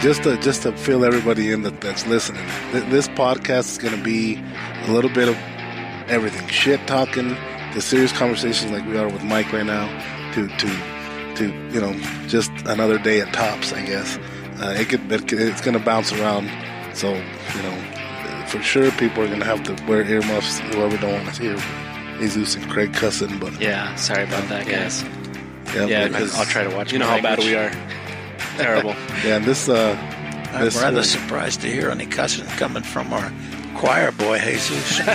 just to just to fill everybody in that, that's listening, th- this podcast is going to be a little bit of everything: shit talking, the serious conversations like we are with Mike right now, to to to you know just another day at tops, I guess. Uh, it could it, could- it's going to bounce around, so you know for sure people are going to have to wear earmuffs whoever don't want to hear Jesus and Craig cussing, but Yeah, sorry about that, Yeah. guys. yeah, Yeah, but- I'll try to watch. You know my how bad we language. are. Terrible. yeah, and this uh. I'm this- uh, rather surprised to hear any cussing coming from our choir boy, Jesus. I,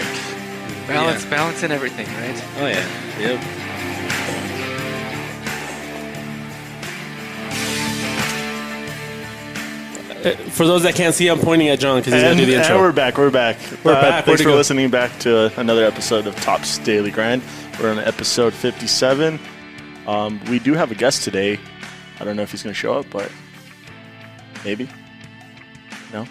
Balance- balance, balance, and everything, right? Oh yeah. Yep. Uh, For those that can't see, I'm pointing at John because he's And, gonna do the and intro. we're back. We're back. Uh, We're back. Where'd Thanks it for go? listening back to another episode of Tops Daily Grind. We're on episode 57. Um, we do have a guest today. I don't know if he's going to show up, but maybe. No.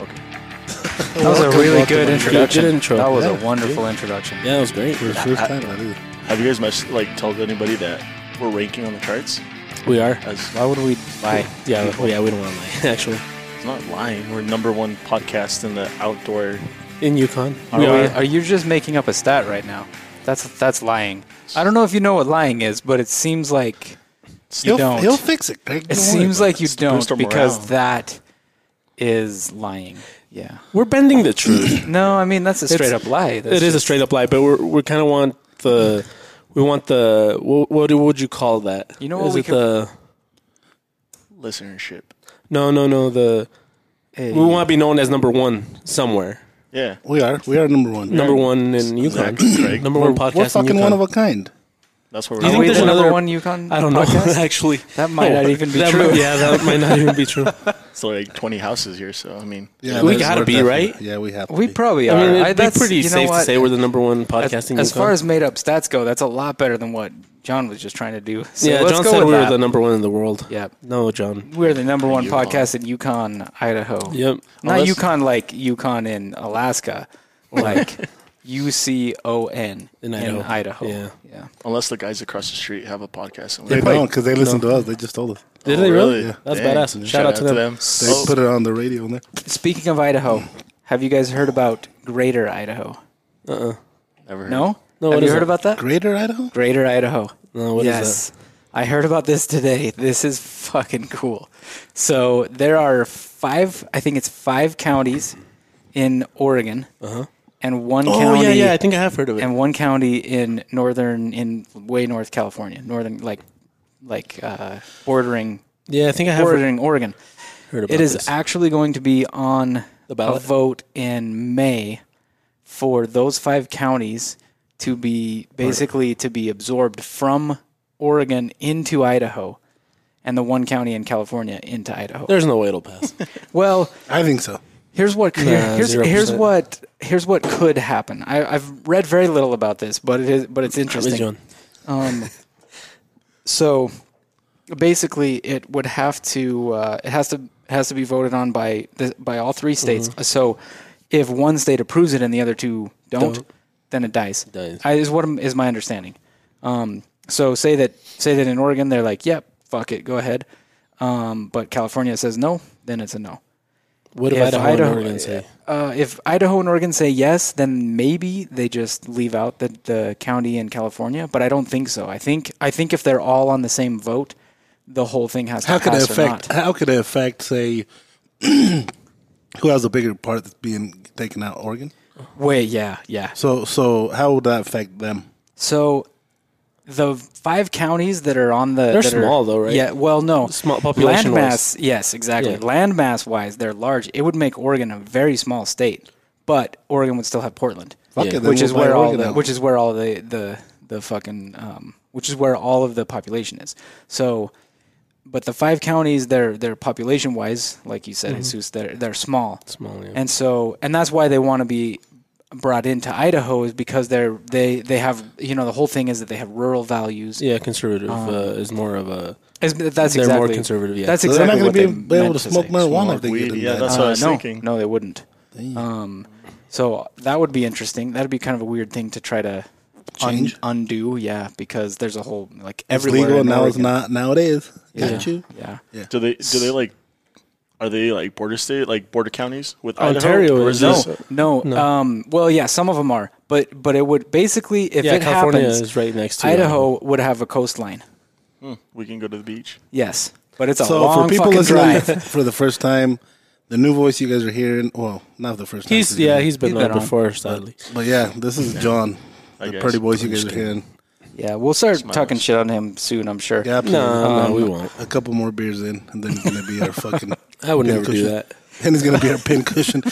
Okay. That was a Welcome, really welcome, good welcome. introduction. Good intro. That was Yeah, a wonderful introduction. yeah, that was great. For the first time, I did. Have you guys much like told anybody that we're ranking on the charts? We are. As Why would we lie? Yeah, yeah, we don't want to lie. Actually, it's not lying, we're number one podcast in the outdoor. in Yukon, Are, we we- are. are you just making up a stat right now? That's that's lying. I don't know if you know what lying is, but it seems like you he'll, don't. he'll fix it. Craig. it Don't worry seems about like you It's to don't boost our morale. because that is lying. Yeah. We're bending the truth. No, I mean that's a straight It's- up lie. it is a straight up lie, but we're we kind of want the we want the what, what do- what would you call that? You know what Is we it could- the listenership. no no no the we want to be known as number one somewhere. Yeah. it. we are we are number one. Number one in Yukon. Exactly, Craig. number We're, one podcast. we're fucking in one Yukon. of a kind. That's where You we're think we there's the number another- one Yukon? I don't know. podcast? Actually, That might not even be That true. might- yeah, that might not even be true. It's like 20 houses here, so I mean, Yeah, We there's- gotta we're be, definitely- right? Yeah, we have. To we be. probably I are. mean, it'd be that's- pretty you know safe to what? say we're the number one As, podcasting. as far as made up stats go, that's a lot better than what John was just trying to do. So yeah, let's John go said with we that. Oh, were the number one in the world. Yep. No, John. We're the number one Yukon. podcast in Yukon, Idaho. Yep. Not Unless- Yukon like Yukon in Alaska, like U C O N in Idaho. Yeah. Yeah. unless the guys across the street have a podcast. And They we don't because they listen to us. They just told us. Did Oh, they really? really? Yeah. That's Dang. badass. Shout, out to them. They Oh, put it on the radio. And they- Speaking of Idaho, have you guys heard about Greater Idaho? Uh-uh. never heard. No? No, have what you is it? heard about that? Greater Idaho. Greater Idaho. No, what is yes. I heard about this today. This is fucking cool. So there are five, I think it's five counties in Oregon and one Uh-huh. Oh county yeah, yeah. I think I have heard of it. and one county in northern in way north California, northern like like uh, bordering yeah, I think I have heard, bordering Oregon. heard about It is this. actually going to be on The ballot? a vote in May for those five counties to be basically to be absorbed from Oregon into Idaho, and the one county in California into Idaho. There's no way it'll pass. well, I think so. Here's what could, Nah, here's, 0%. here's what here's what could happen. I, I've read very little about this, but it is but it's Really, interesting. John. Um, so basically, it would have to uh, it has to it has to be voted on by the, by all three states. So if one state approves it and the other two don't, Don't. then it dies. Dies. I, is what I'm- is my understanding. Um, so say that say that in Oregon they're like, yep, fuck it, go ahead. Um, but California says no, then it's a no. What if If Idaho, Idaho- and Oregon say? Uh, if Idaho and Oregon say yes, then maybe they just leave out the, the county in California. But I don't think so. I think I think if they're all on the same vote, the whole thing has to How could it pass or affect? not. How could it affect? Say, who has a bigger part that's being taken out? Oregon. Wait, yeah, yeah. So so how would that affect them? So the five counties that are on the They're that are- small though, right? Yeah. Well, no. Small population Landmass, yes, exactly. Yeah. Landmass wise, they're large. It would make Oregon a very small state, but Oregon would still have Portland. Fuck Yeah. it, then which is we'll buy where all Oregon the, out. which is where all the the the fucking um, which is where all of the population is. So, but the five counties, they're they're population wise, like you said, Jesus, they're they're small, Small, yeah. and so and that's why they want to be brought into Idaho is because they're they they have you know the whole thing is that they have rural values. Yeah, conservative um, uh, is more of a. Is- that's They're exactly more conservative, yeah. That's So they're not exactly going what to they be able meant to smoke say. uh, marijuana Smoke if they get weed, in yeah, that. that's what I was no, thinking. no, they wouldn't. Um, so that would be interesting. That'd be kind of a weird thing to try to un- Change? undo, yeah, because there's a whole like It's everywhere. legal in now. It's Oregon. not now. It is. Got Yeah. you. Yeah, Do they do they like are they like border state like border counties with Ontario Idaho? Or is- it- Yes. no, no, No. Um, well, yeah, some of them are, but but it would basically if yeah, it California happens, is right next to Idaho would have a coastline. we can go to the beach. Yes, but it's a So long for people fucking listening drive. for the first time, the new voice you guys are hearing. Well, not the first time. He's 'cause yeah, he's been He's on been on. before, sadly. But yeah, this is John, the guess. pretty voice you guys are hearing. yeah, we'll start Smart talking ass. shit on him soon. I'm sure. Yeah, absolutely. No, no, we won't. A couple more beers in, and then he's gonna be our fucking. I would pin never do cushion. that. And he's gonna be our pin cushion.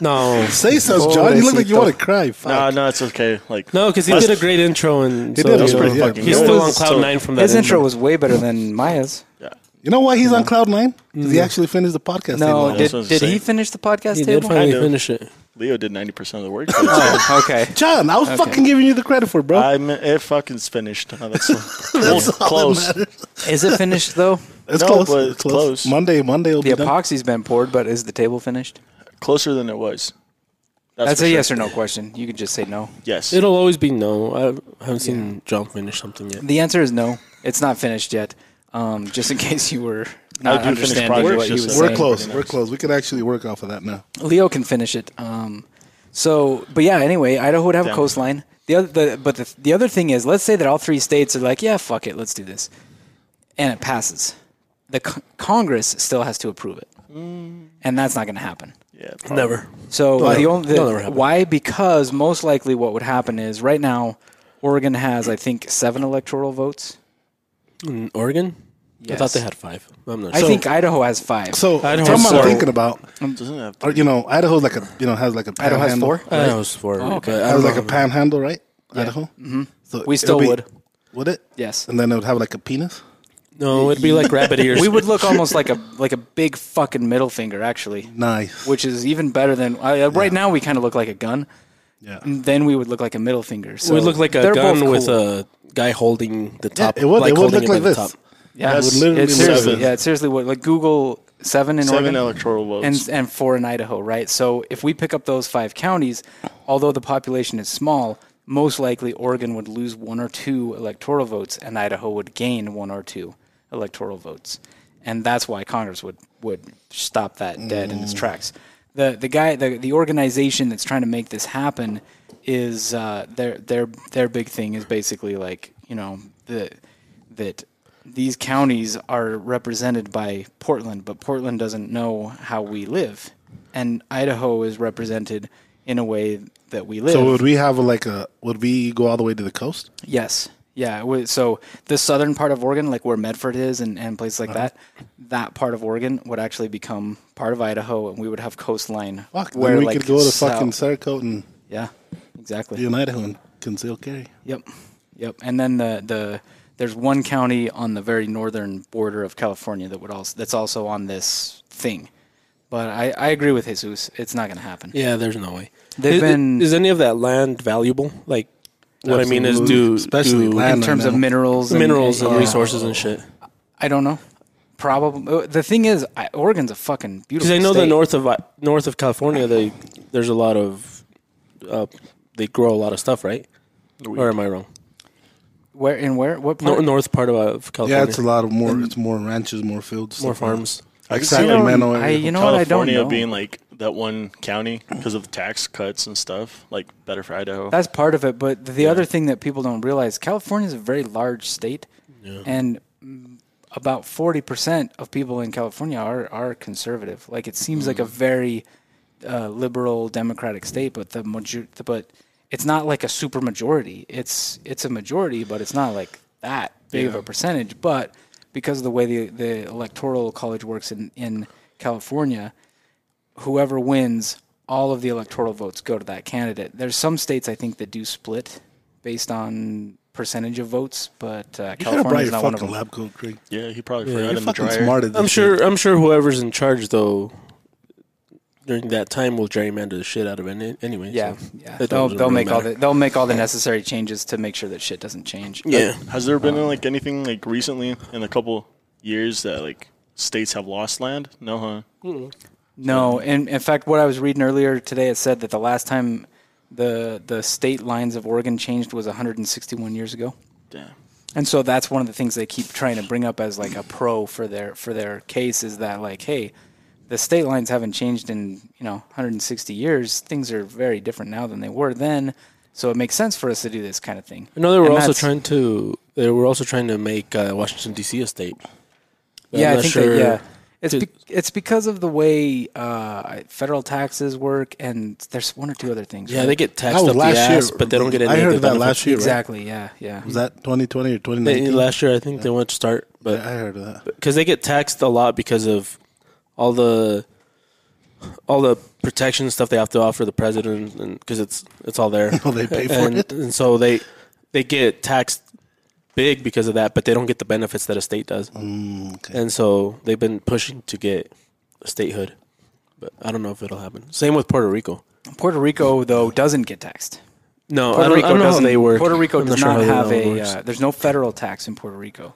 No, Say so, John. You look like you want to cry. Fuck. No, no, it's okay. Like no, because he That's- did a great intro and He so, did, you it was know, pretty he's fucking good. still on cloud So- nine from that. His intro intro. was way better than Maya's. You know why he's on cloud nine? 'Cause he actually finished the podcast. No, table. did, That's what I was did he saying. finish the podcast He did table? finally Kind of. finish it. Leo did ninety percent of the work. oh, okay. John, I was fucking giving you the credit for it, bro. I'm it fucking's finished. No, that's that's all that close. matters. Is it finished though? It's No, close. but It's it's close. close. Monday, Monday will The be done. epoxy's been poured, but is the table finished? Closer than it was. That's for sure. a yes or no question. You could just say no. Yes. It'll always be no. I haven't seen John finish something yet. The answer is no. It's not finished yet. Um, just in case you were not do finished understanding projects what he just was so- We're saying. close. We're close. We could actually work off of that now. Leo can finish it. Um, so, but yeah. Anyway, Idaho would have a Damn. coastline. The other, the, but the, the other thing is, let's say that all three states are like, yeah, fuck it, let's do this, and it passes. The c- Congress still has to approve it, and that's not going to happen. yeah. Never. So the ever- only the- don't ever happen. why because most likely what would happen is right now Oregon has I think seven electoral votes. In Oregon, I thought Yes. they had five. I'm not I sure. think Idaho has five. So, Idaho Tom, has I'm four. thinking about, Doesn't it have or, you know, Idaho's like a, you know, has like a Idaho panhandle. has four. uh, I know it was four. okay. but I Has don't like know. a panhandle, right? Idaho. Mm-hmm. So We it'll still be- would. Would it? Yes. And then it would have like a penis. no, it'd be like rabbit ears. We would look almost like a like a big fucking middle finger actually, Nice. which is even better than I, uh, right now we kind of look like a gun. Yeah. And then we would look like a middle finger. So we look like a they're both gun with cool. a guy holding the top. it would- it would holding look like by the this. yeah. It would literally it's look like seriously, this. yeah, it's seriously what like Google seven in seven Oregon. electoral votes? and and four in Idaho, right? So if we pick up those five counties, although the population is small, most likely Oregon would lose one or two electoral votes, and Idaho would gain one or two electoral votes, and that's why Congress would would stop that dead in its tracks. The the guy the, the organization that's trying to make this happen is uh, their their their big thing is basically like you know the that these counties are represented by Portland, but Portland doesn't know how we live, and Idaho is represented in a way that we live. So would we have like a, would we go all the way to the coast? yes, yeah. we- So the southern part of Oregon, like where Medford is, and, and places like that, that part of Oregon would actually become part of Idaho, and we would have coastline. Fuck. where Where we like, could go to south- fucking Saracot and yeah, exactly. be in Idaho and conceal carry. Yep. Yep. And then the the there's one county on the very northern border of California that would also that's also on this thing. But I, I agree with Jesus. It's not going to happen. Yeah, there's no way. They've Is- been- Is any of that land valuable? Like, what I mean is, Absolutely. do Especially do land. In terms of Mineral. minerals, minerals and yeah. resources and shit? I don't know. Probably the thing is, I, Oregon's a fucking Because beautiful. I know the state. north of uh, north of California, they there's a lot of uh, they grow a lot of stuff, right? Or am I wrong? Where in where what part? Nor north part of, uh, of California. Yeah, it's a lot of more, it's more ranches, more fields. more stuff like that. farms. Like can see it on- Sacramento I, area. you know what? I don't California know. being like that one county because of tax cuts and stuff, like better for Idaho. That's part of it, but the other thing that people don't realize, California is a very large state, and mm, about forty percent of people in California are are conservative. Like it seems like a Mm. very uh, liberal democratic state, but the major- but it's not like a super majority. It's it's a majority, but it's not like that big of a percentage. But because of the way the, the electoral college works in, in California, whoever wins, all of the electoral votes go to that candidate. There's some states I think that do split based on percentage of votes, but uh, You should have brought California's your not one of fucking them. lab coat, Craig. yeah, he probably forgot You're in the fucking dryer. smart at this I'm shit. sure. I'm sure whoever's in charge though during that time will gerrymander the shit out of it anyway. Yeah, so yeah. it They'll, doesn't they'll really make all matter. the they'll make all the necessary changes to make sure that shit doesn't change. yeah. Has there been like anything like recently in a couple years that like states have lost land? No, huh? No, and in fact, what I was reading earlier today, it said that the last time the the state lines of Oregon changed was 161 years ago. Damn. And so that's one of the things they keep trying to bring up as like a pro for their for their case is that like, hey, the state lines haven't changed in you know 160 years. Things are very different now than they were then. So it makes sense for us to do this kind of thing. No, they were And also that's- trying to. They were also trying to make uh, Washington D.C. a state. But yeah, I'm I not think sure- that, yeah. It's Dude. be, it's because of the way uh, federal taxes work, and there's one or two other things. Yeah, right? they get taxed That was up the last year. ass, but they don't get any. I of heard the of that benefits. last year, right? exactly. Yeah, yeah. Was that 2020 or They- 2019? last year, I think they went to start, I but heard of that. because they get taxed a lot because of all the all the protection stuff they have to offer the president, and because it's it's all there. Oh, they pay for and, it. and so they they get taxed big because of that, but they don't get the benefits that a state does. Mm, okay. And so they've been pushing to get statehood, but I don't know if it'll happen. Same with Puerto Rico. Puerto Rico though doesn't get taxed. No, Puerto I don't, I Rico don't know how doesn't. they work. Puerto Rico I'm does sure how not that have all a. works. Uh, there's no federal tax in Puerto Rico,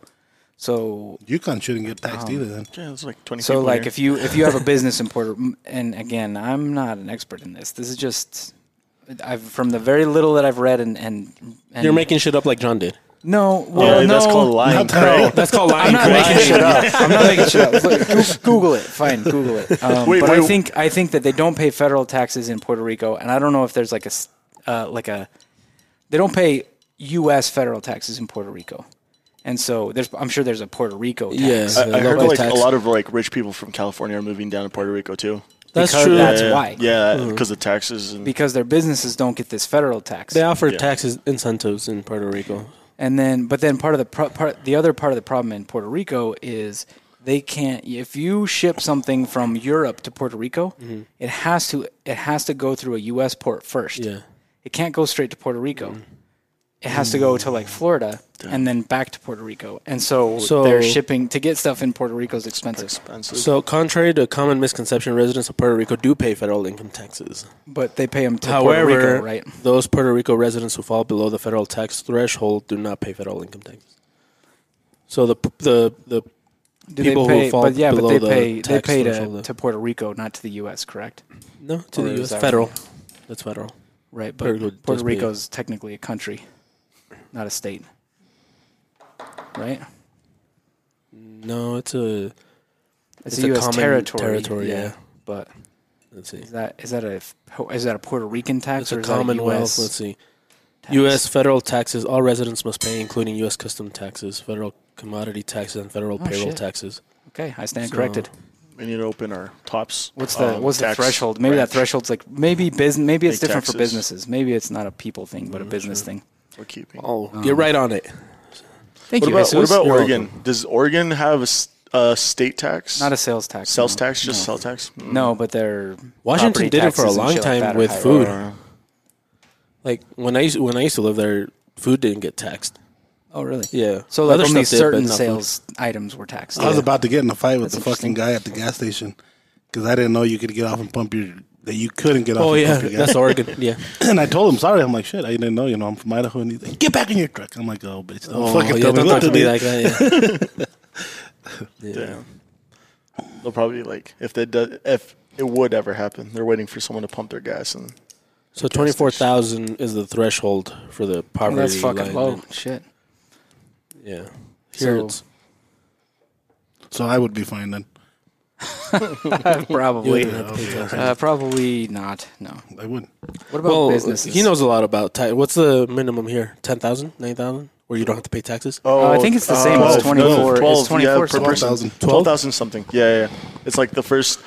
so Yukon shouldn't get taxed either then. Yeah, it's like 20 so people like here. if you if you have a business in Puerto, and again, I'm not an expert in this. This is just. I've from the very little that I've read and and, and You're making Oh, shit up like John did. no Yeah, well Oh, no that's called Oh, lying, Craig. That's called lying. I'm not Craig. making shit up. I'm not making shit up. Look, Goo- Google it. Fine, Google it. Um, Wait, but I wait. think I think that they don't pay federal taxes in Puerto Rico, and I don't know if there's like a s- uh, like a they don't pay U.S. federal taxes in Puerto Rico, and so there's I'm sure there's a Puerto Rico tax. Yeah. I, the I heard local like tax. a lot of like rich people from California are moving down to Puerto Rico too. That's because true. That's yeah, why. Yeah, because the taxes and Because their businesses don't get this federal tax, They offer Yeah. taxes incentives in Puerto Rico. and then but then part of the pro- part the other part of the problem in Puerto Rico is they can't if you ship something from Europe to Puerto Rico, Mm-hmm. it has to it has to go through a U.S. port first. Yeah. Mm-hmm. It can't go straight to Puerto Rico. It has to go to like Florida and then back to Puerto Rico. And so, So- they're shipping to get stuff in Puerto Rico is expensive. expenses. So, contrary to common misconception, residents of Puerto Rico do pay federal income taxes. But they pay them to However, Puerto Rico, right? those Puerto Rico residents who fall below the federal tax threshold do not pay federal income taxes. So the the the Do people who they pay, fall but yeah, below but they the pay they tax pay to, threshold. to Puerto Rico, not to the US, correct? no to Or the Oh, is U.S. that- federal. That's federal. Right, but Puerto Puerto, Rico does pay. Rico is technically a country, not a state. Right? No, it's a It's It's, a a US common territory. territory, yeah. But let's see. is that is that a is that a Puerto Rican tax It's or a is that a commonwealth. US Let's see. tax? U.S. federal taxes all residents must pay, including U.S. custom taxes, federal commodity taxes, and federal Oh, payroll shit. taxes. Okay, I stand So- corrected. we need to open our tops. What's the um, what's the tax threshold? Maybe that branch threshold's like maybe business. Maybe it's Big different for taxes. Mm, businesses. Maybe it's not a people thing, but a business thing. We're keeping. Oh, get right on it. Thank What you. about, what Jesus. about You're Oregon? Does Oregon have a s- a state tax? Not a sales tax. sales no. tax, just no. sales tax. Mm. No, but they're Washington did it for a long time with food. Like when I used, when I used to live there, food didn't get taxed. Oh, really? Yeah. So like Other only stuff did, certain but not food. sales items were taxed. I was about to get in a fight with That's the fucking interesting. guy at the gas station because I didn't know you could get off and pump your that you couldn't get off. Oh and yeah, pump your that's gas. Oregon. Yeah. and I told him sorry. I'm like shit. I didn't know. You know, I'm from Idaho. And he's like, get back in your truck. I'm like, oh bitch, don't fucking yeah, tell me don't what to talk to do. me like that. Yeah. yeah. Damn. They'll probably like if they do, if it would ever happen, they're waiting for someone to pump their gas and So twenty four thousand is the threshold for the Well, poverty that's line. fucking low. Shit. Yeah. Here So- it's So I would be fine then. you Probably. wouldn't have to pay taxes. Uh, probably not. No. I would. What about well, businesses? he knows a lot about tax. What's the minimum here? Ten thousand, nine thousand, where you don't have to pay taxes. Uh, I think it's the same. It's no, 24 it's 24 per person. 12,000. 12,000 something. Yeah, yeah, yeah. It's like the first,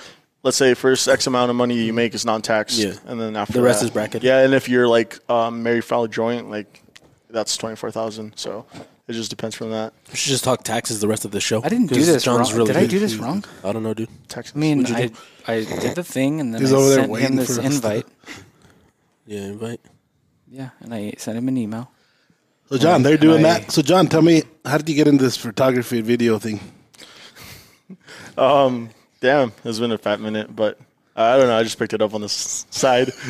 let's say, first X amount of money you make is non taxed. Yeah. And then after The rest is is bracketed. Yeah, and if you're like um, married, filed joint, like that's 24,000. So it just depends from that. We should just talk taxes the rest of the show. I didn't do 'cause this John's wrong. really did I good. do this wrong? I don't know, dude. Taxes. I mean, What'd you I, I did the thing, and then He's I over there sent him waiting this for us to- invite. Yeah, invite. Yeah, and I sent him an email. So John, they're doing I- that. So John, tell me, how did you get into this photography and video thing? Um, Damn, it's been a fat minute, but I don't know. I just picked it up on the s- side.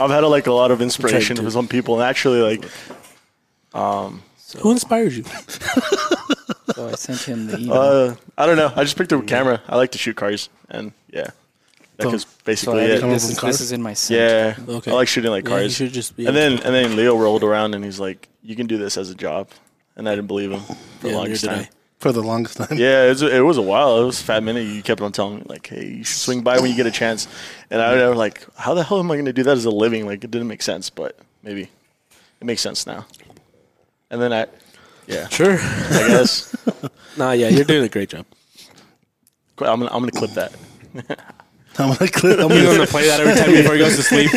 I've had like a lot of inspiration to- from some people, and actually, like, Who inspires you? So I sent him the email. uh, I don't know. I just picked up a camera. I like to shoot cars, and yeah, That was basically I- it. Someone This from is, cars? this is in my scent. Yeah. Okay. I like shooting like Yeah, you cars. should just be. and then and then Leo rolled around and he's like, "You can do this as a job," and I didn't believe him for the Yeah, longest neither did time. for the longest time. Yeah, it was, it was a while. It was a fat minute. You kept on telling me like, "Hey, you should swing by when you get a chance," and I was like, "How the hell am I going to do that as a living?" Like, it didn't make sense, but maybe it makes sense now. And then I, yeah, Sure. I guess nah, yeah, you're doing a great job. Qu- I'm gonna, I'm gonna clip that. I'm gonna clip. I'm You're gonna, gonna play that every time before he goes to sleep,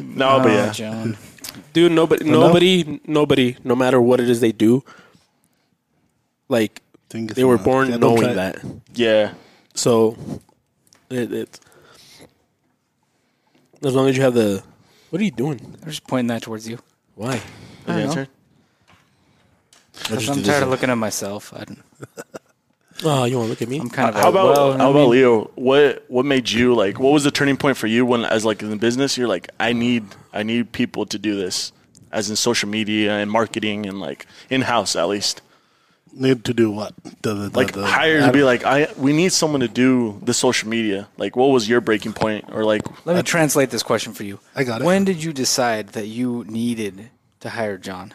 No, but Oh, yeah, Ah, John. dude. Nobody, no? nobody, nobody. No matter what it is they do, like Think it's they were not. born Yeah, don't try- knowing that. yeah, So, it, it as long as you have the. What are you doing? I'm just pointing that towards you. Why? The I don't answer? know. 'Cause I'm tired of looking at myself. I don't, Oh, you want to look at me? I'm kind of. How a- about well, I how about mean, Leo? What what made you like? What was the turning point for you when, as like in the business, you're like, I need I need people to do this, as in social media and marketing and like in house at least, Need to do what? The, the, the, like the- hire I to be don't- like, I we need someone to do the social media. Like, what was your breaking point or like? Let me translate this question for you. I got it. When did you decide that you needed to hire John?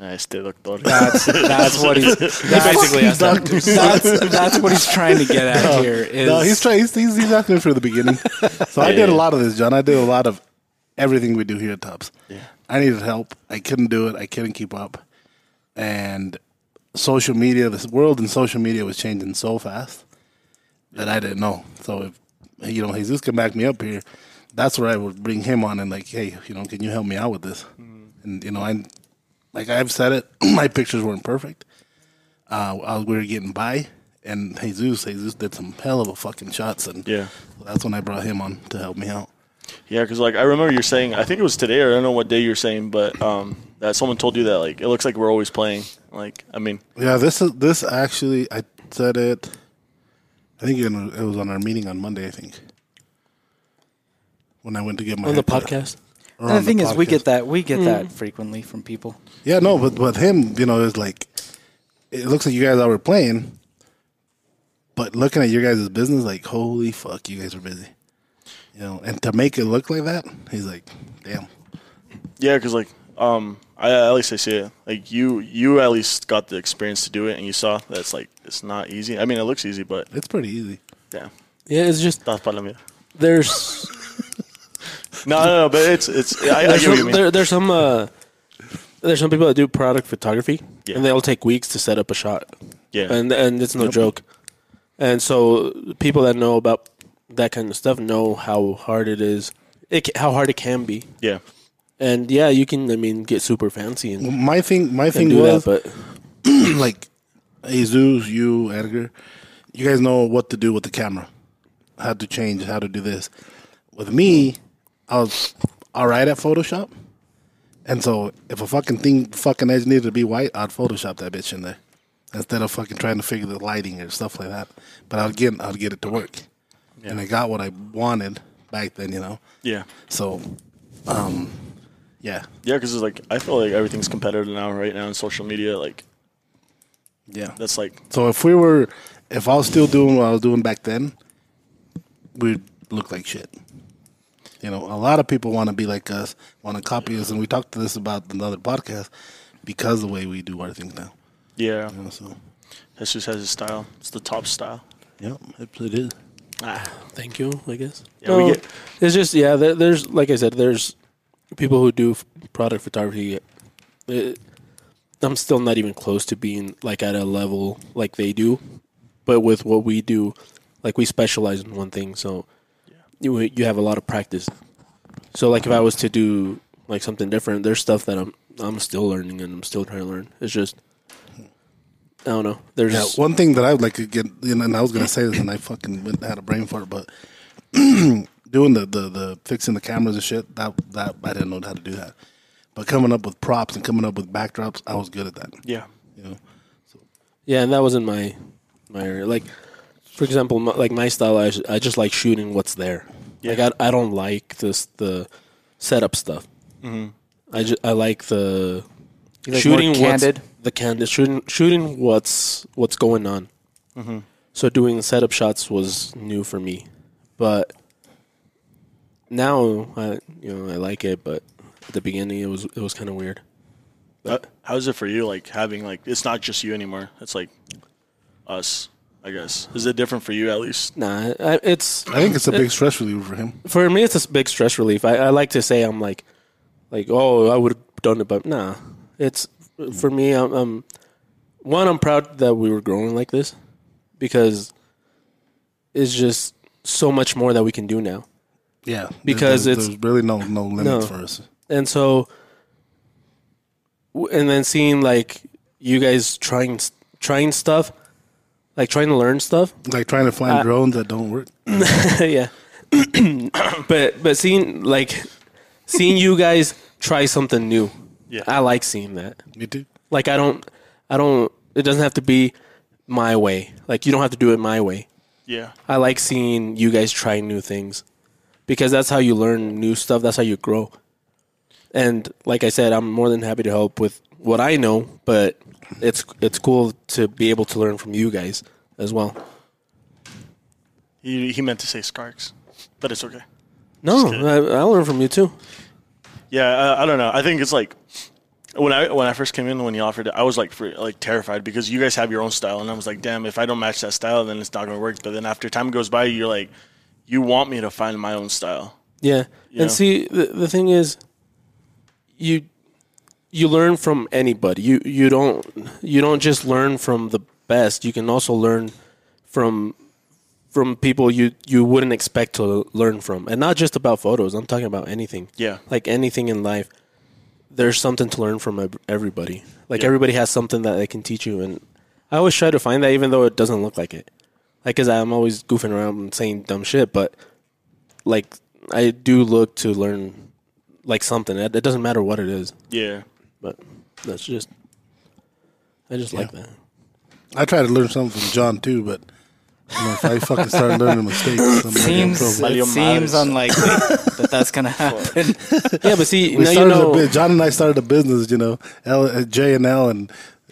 "Ah, Este doctor. That's, that's what he's basically Fucking doctors. that's, that's what he's trying to get at here. Is No, he's trying. He's, he's, he's asking for the beginning. So I did a yeah. lot of this, John. I did a lot of everything we do here at Tops. I needed help. I couldn't do it. I couldn't keep up. And social media, this world in social media was changing so fast that I didn't know. So if you know Jesus can back me up here, that's where I would bring him on and like, hey, you know, can you help me out with this? And you know, I like I've said it, my pictures weren't perfect. Uh, I was, we were getting by, and Jesus, Jesus did some hell of a fucking shots, and Yeah. that's when I brought him on to help me out. Yeah, because like I remember you're saying, I think it was today or I don't know what day you're saying, but um, that someone told you that like it looks like we're always playing. Like, I mean, Yeah, this is this actually I said it. I think it was on our meeting on Monday. I think when I went to get my on the haircut. podcast. Or And the on thing is, we podcast. get that we get Mm. that frequently from people. Yeah, no, but but him, you know, is like it looks like you guys all were playing, but looking at your guys' business, like holy fuck, you guys are busy, you know. And to make it look like that, he's like, damn, Yeah, because like um, I at least I see it. Like you, you at least got the experience to do it, and you saw that's like it's not easy. I mean, it looks easy, but it's pretty easy. damn, Yeah, it's just that's part of me. there's No, no, no, but it's it's. I, there's I get what you some, mean. there, there's some uh, there's some people that do product photography, Yeah. and they'll take weeks to set up a shot, Yeah, and and it's no joke. And so people that know about that kind of stuff know how hard it is, it, ca- how hard it can be. yeah, And yeah, you can I mean get super fancy and, and My thing, my thing do was that, but like, Jesus, you, Edgar, you guys know what to do with the camera, how to change, how to do this. With me, I was all right at Photoshop, and so if a fucking thing, fucking edge needed to be white, I'd Photoshop that bitch in there instead of fucking trying to figure the lighting or stuff like that. But I'd get, I'd get it to work, and I got what I wanted back then, you know. yeah, So, um, yeah, yeah. Because it's like I feel like everything's competitive now, right now in social media. Like yeah. that's like So if we were, if I was still doing what I was doing back then, we'd look like shit. You know, a lot of people want to be like us, want to copy us, and we talked to this about in another podcast because the way we do our things now. yeah, You know, so, that's just has his style. It's the top style. yeah, it, it is. thank you, I guess. Yeah, we No, get- it's just yeah. There, there's like I said, there's people who do f- product photography. It, I'm still not even close to being like at a level like they do, but with what we do, like we specialize in one thing, so you you have a lot of practice. So like if I was to do like something different, there's stuff that I'm I'm still learning and I'm still trying to learn. It's just I don't know. There's Yeah, one thing that I would like to get, you know, and I was gonna say this, and I fucking went, had a brain fart, but doing the, the the fixing the cameras and shit, that that I didn't know how to do that. But coming up with props and coming up with backdrops, I was good at that. Yeah, You know, Yeah, and that wasn't my my area. Like, for example, my, like my style, I, I just like shooting what's there. Like I, I don't like this the setup stuff. I just I like the like shooting more what's candid? the candid shooting shooting what's what's going on. So doing setup shots was new for me, But now I you know I like it, but at the beginning it was it was kind of weird. Uh, how's it for you? Like having like it's not just you anymore. It's like us, I guess. Is it different for you at least? Nah, I, it's I think it's a big stress reliever for him. for me it's a big stress relief. I, I like to say I'm like like oh I would have done it, but nah. It's for me. I'm, I'm one. I'm proud that we were growing like this because it's just so much more that we can do now. Yeah, Because there's, it's- there's really no no limits No. for us. and so w- and then seeing like you guys trying trying stuff like trying to learn stuff Like trying to find drones that don't work. yeah but but seeing like seeing you guys try something new Yeah. i like seeing that Me too. like i don't i don't it doesn't have to be my way like you don't have to do it my way Yeah. i like seeing you guys try new things because that's how you learn new stuff that's how you grow and like I said, I'm more than happy to help with what I know, but it's it's cool to be able to learn from you guys as well. He he meant to say Skarks, but it's okay. No, kidding. I, I learn from you too. Yeah, I, I don't know. I think it's like when I when I first came in when he offered it, I was like free, like terrified because you guys have your own style, and I was like, damn, if I don't match that style, then it's not gonna work. But then after time goes by, you're like, you want me to find my own style. Yeah, Yeah. and see the the thing is, you you learn from anybody. You you don't you don't just learn from the best. You can also learn from from people you you wouldn't expect to learn from, and not just about photos. I'm talking about anything. Yeah. like anything in life, there's something to learn from ev- everybody. Like Yeah. everybody has something that they can teach you, and I always try to find that, even though it doesn't look like it. Like, cause I'm always goofing around and saying dumb shit, but like I do look to learn like something. It, it doesn't matter what it is, Yeah, but that's just I just like that. I try to learn something from John too, but you know, if I fucking start learning mistakes, I'm not gonna Seems improve. it Mario seems Mares. unlikely that that's gonna happen. Yeah, but see We now you started a know bit. John and I started a business, you know, L, uh, J and L, and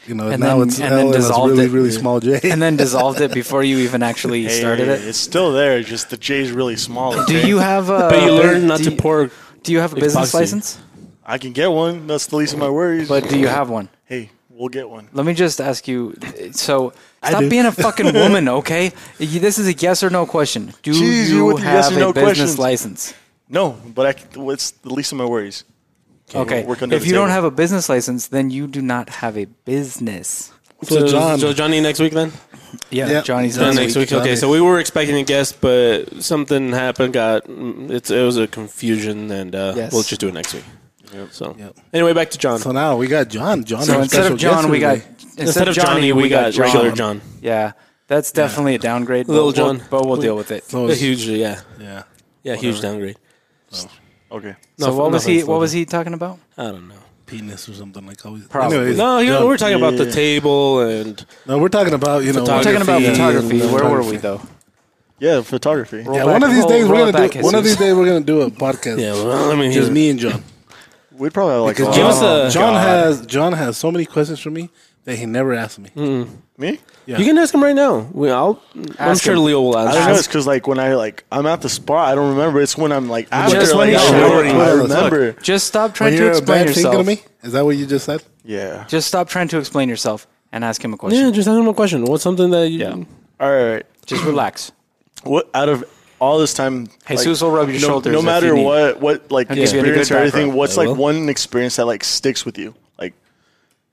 you know, and And now then- it's and L then and it's dissolved really, it. really small J. and then dissolved it before you even actually started Hey, it. It's still there. Just the J's really small. Do okay? you have a? but you learn not do to you- pour. Do you have a business epoxy. license? I can get one. That's the least of my worries. But do you have one? hey, we'll get one. Let me just ask you. So stop do. being a fucking woman, okay? You- This is a yes or no question. Do Jeez, you you with have the yes or a no business questions. license? No, but I c it's the least of my worries. Okay. work under If the you don't table. have a business license, then you do not have a business. So John- so Johnny next week then. Yeah, Yeah. Johnny's Johnny Then done next week, week. Okay, Johnny. so we were expecting a guest, but something happened. Got mm, it's it was a confusion, and uh, Yes. we'll just do it next week. So Yep. anyway, back to John. so now we got John. John. So our instead special of John, guest we got today. instead, of Johnny, we, got, regular John. John, Yeah, that's definitely a downgrade. but Little we'll- John. but we'll deal with it. So a it's- huge, yeah, yeah. yeah, huge downgrade. Okay. No, so what was he? nothing What further. was he talking about? I don't know. penis or something like always. Probably. Anyways, No, you know, John- we're talking about the Yeah. table and no, we're talking about you know. We're We're talking about Photography photography. and- Where were we though? Yeah, photography. Yeah, Roll one back- of these roll- days roll we're it gonna back, do. One of these Jesus. days we're gonna do a podcast. yeah. Well, I mean, just he- me and John. We'd probably have like Because a- Give us a- John Oh, God. has John has so many questions for me that he never asked me. me. Yeah. You can ask him right now. We, I'll, I'm Ask sure him. Leo will I don't know. It's answer. because like when I like I'm at the spot, I don't remember. It's when I'm like after Just when like, you're I showering. remember. I Look. remember. Just stop When trying to you're a explain bad thinking to yourself. me, is that what you just said? Yeah. Just stop trying to explain yourself and ask him a question. Yeah, just ask him a question. What's something that you? Yeah. All right. all right. Just relax. What out of all this time? Jesus will rub your no, shoulders No if matter you need. what, what like give you a good experience or back anything. rub. What's I like will. one experience that like sticks with you, like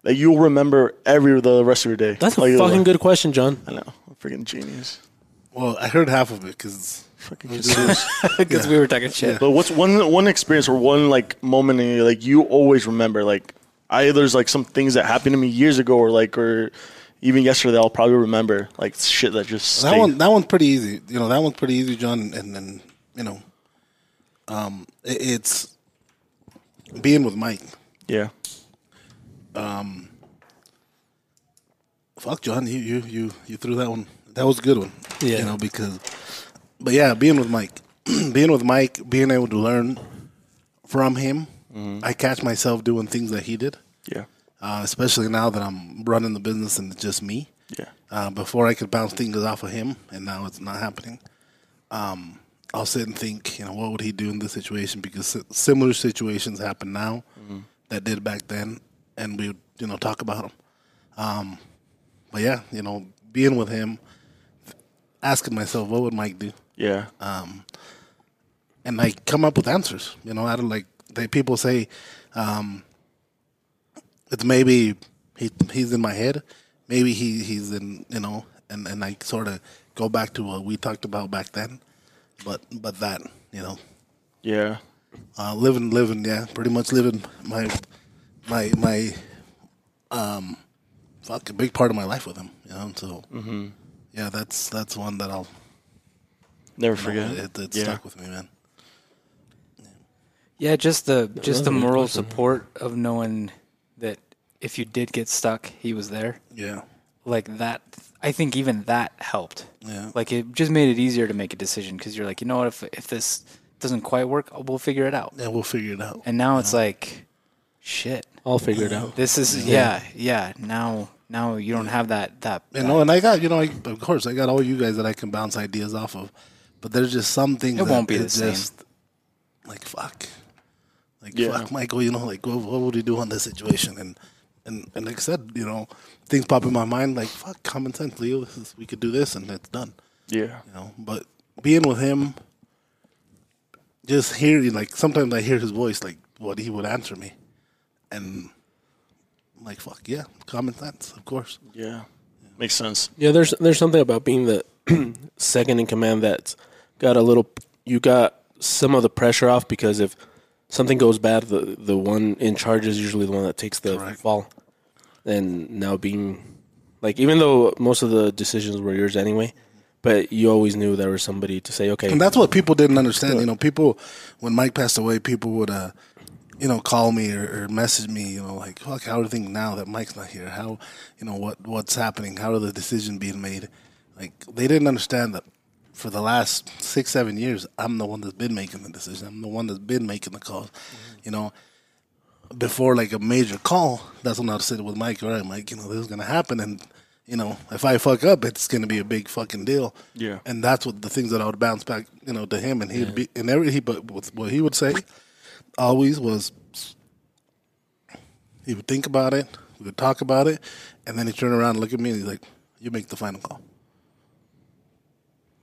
that you'll remember every the rest of your day. That's a Like, uh, fucking like, good question, John. I know. I'm freaking genius. Well, I heard half of it because Fucking genius. Because we were talking shit. But what's one one experience or one like moment in your, like you always remember? Like I there's like some things that happened to me years ago or like or even yesterday I'll probably remember like shit that just that stayed. one that one's pretty easy. You know, that one's pretty easy, John. And then you know, um, i- it's being with Mike. yeah. Fuck, John, you you you you threw that one. That was a good one. Yeah. you know because, but yeah, being with Mike, being with Mike, being able to learn from him. I catch myself doing things that he did. Yeah. uh, especially now that I'm running the business and it's just me. Yeah. Uh, before I could bounce things off of him, and now it's not happening. Um, I'll sit and think, you know, what would he do in this situation? Because si- similar situations happen now that did back then, and we would, you know, talk about them. Um, but yeah, you know, being with him, asking myself, what would Mike do? Yeah. Uh, and I come up with answers. You know, I don't like they people say um, it's maybe he he's in my head, maybe he he's in you know, and and I sort of go back to what we talked about back then, but but that you know, yeah. uh, living living yeah, pretty much living my my my um fuck a big part of my life with him. You know, so Mm-hmm. yeah, that's that's one that I'll Never forget. it, it yeah. stuck with me, man. Yeah, just the just another the good moral question. support of knowing that if you did get stuck, he was there. Yeah, Like that, I think even that helped. yeah, Like it just made it easier to make a decision because you're like, you know what, if if this doesn't quite work, we'll figure it out. yeah. We'll figure it out. And now it's like, shit, I'll figure it out. this is yeah, yeah. now now you don't have that that. You know, and I got you know, I, of course, I got all you guys that I can bounce ideas off of, but there's just some things It that won't be the it's same. just like fuck, like Yeah. fuck, Michael. You know, like what, what would you do on this situation? And and and like I said, you know, things pop in my mind like fuck, common sense, Leo. This is, we could do this, and it's done. Yeah. You know, but being with him, just hearing like sometimes I hear his voice, like what he would answer me, and I'm like fuck yeah, common sense, of course. Yeah. Makes sense. Yeah, there's there's something about being the second in command that's got a little. You got some of the pressure off because if something goes bad, the the one in charge is usually the one that takes the Correct. fall. And now being like, even though most of the decisions were yours anyway, but you always knew there was somebody to say, okay, And that's what people didn't understand. You know, people when Mike passed away, people would uh, you know, call me or, or message me. You know, like, fuck, how are things now that Mike's not here? How, you know, what what's happening? How are the decisions being made? Like, they didn't understand that for the last six, seven years, I'm the one that's been making the decision. I'm the one that's been making the calls. You know, before like a major call, that's when I'll sit with Mike. All right, Mike, you know this is gonna happen, and you know if I fuck up, it's gonna be a big fucking deal. Yeah. and that's what the things that I would bounce back, you know, to him, and he'd be and every he but with what he would say always was he would think about it, we would talk about it, and then he'd turn around and look at me, and he's like, "You make the final call,"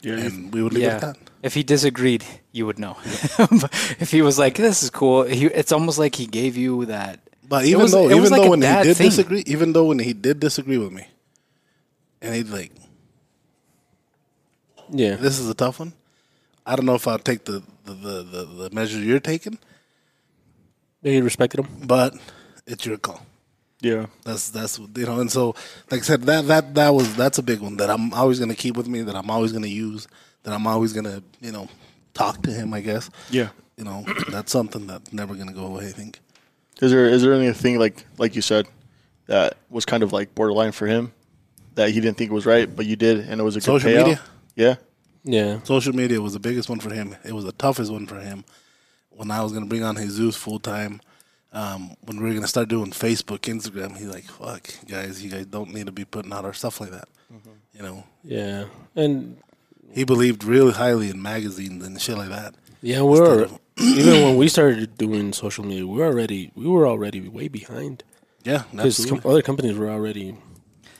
Yeah. you- and we would leave it Yeah. at that. If he disagreed, you would know. But if he was like, "This is cool," he, it's almost like he gave you that. But It even was- though, it even was like though a when he dad did thing. disagree, even though when he did disagree with me, and he'd like, yeah, this is a tough one. I don't know if I'll take the the, the, the, the measure you're taking, they respected him. but it's your call. Yeah. That's that's what- you know, and so like I said, that that that was that's a big one that I'm always gonna keep with me, that I'm always gonna use, that I'm always gonna you know talk to him. I guess. Yeah. You know, that's something that's never gonna go away. I think. Is there is there anything like like you said that was kind of like borderline for him that he didn't think was right, but you did, and it was a good Social payout? media? Yeah. Yeah, Social media was the biggest one for him. It was the toughest one for him. When I was gonna bring on Jesus full time, um, when we were gonna start doing Facebook, Instagram, he's like, "Fuck, guys, you guys don't need to be putting out our stuff like that." You know, yeah, and he believed really highly in magazines and shit like that. yeah, we're even when we started doing social media, we were already we were already way behind. Yeah, Because absolutely. other companies were already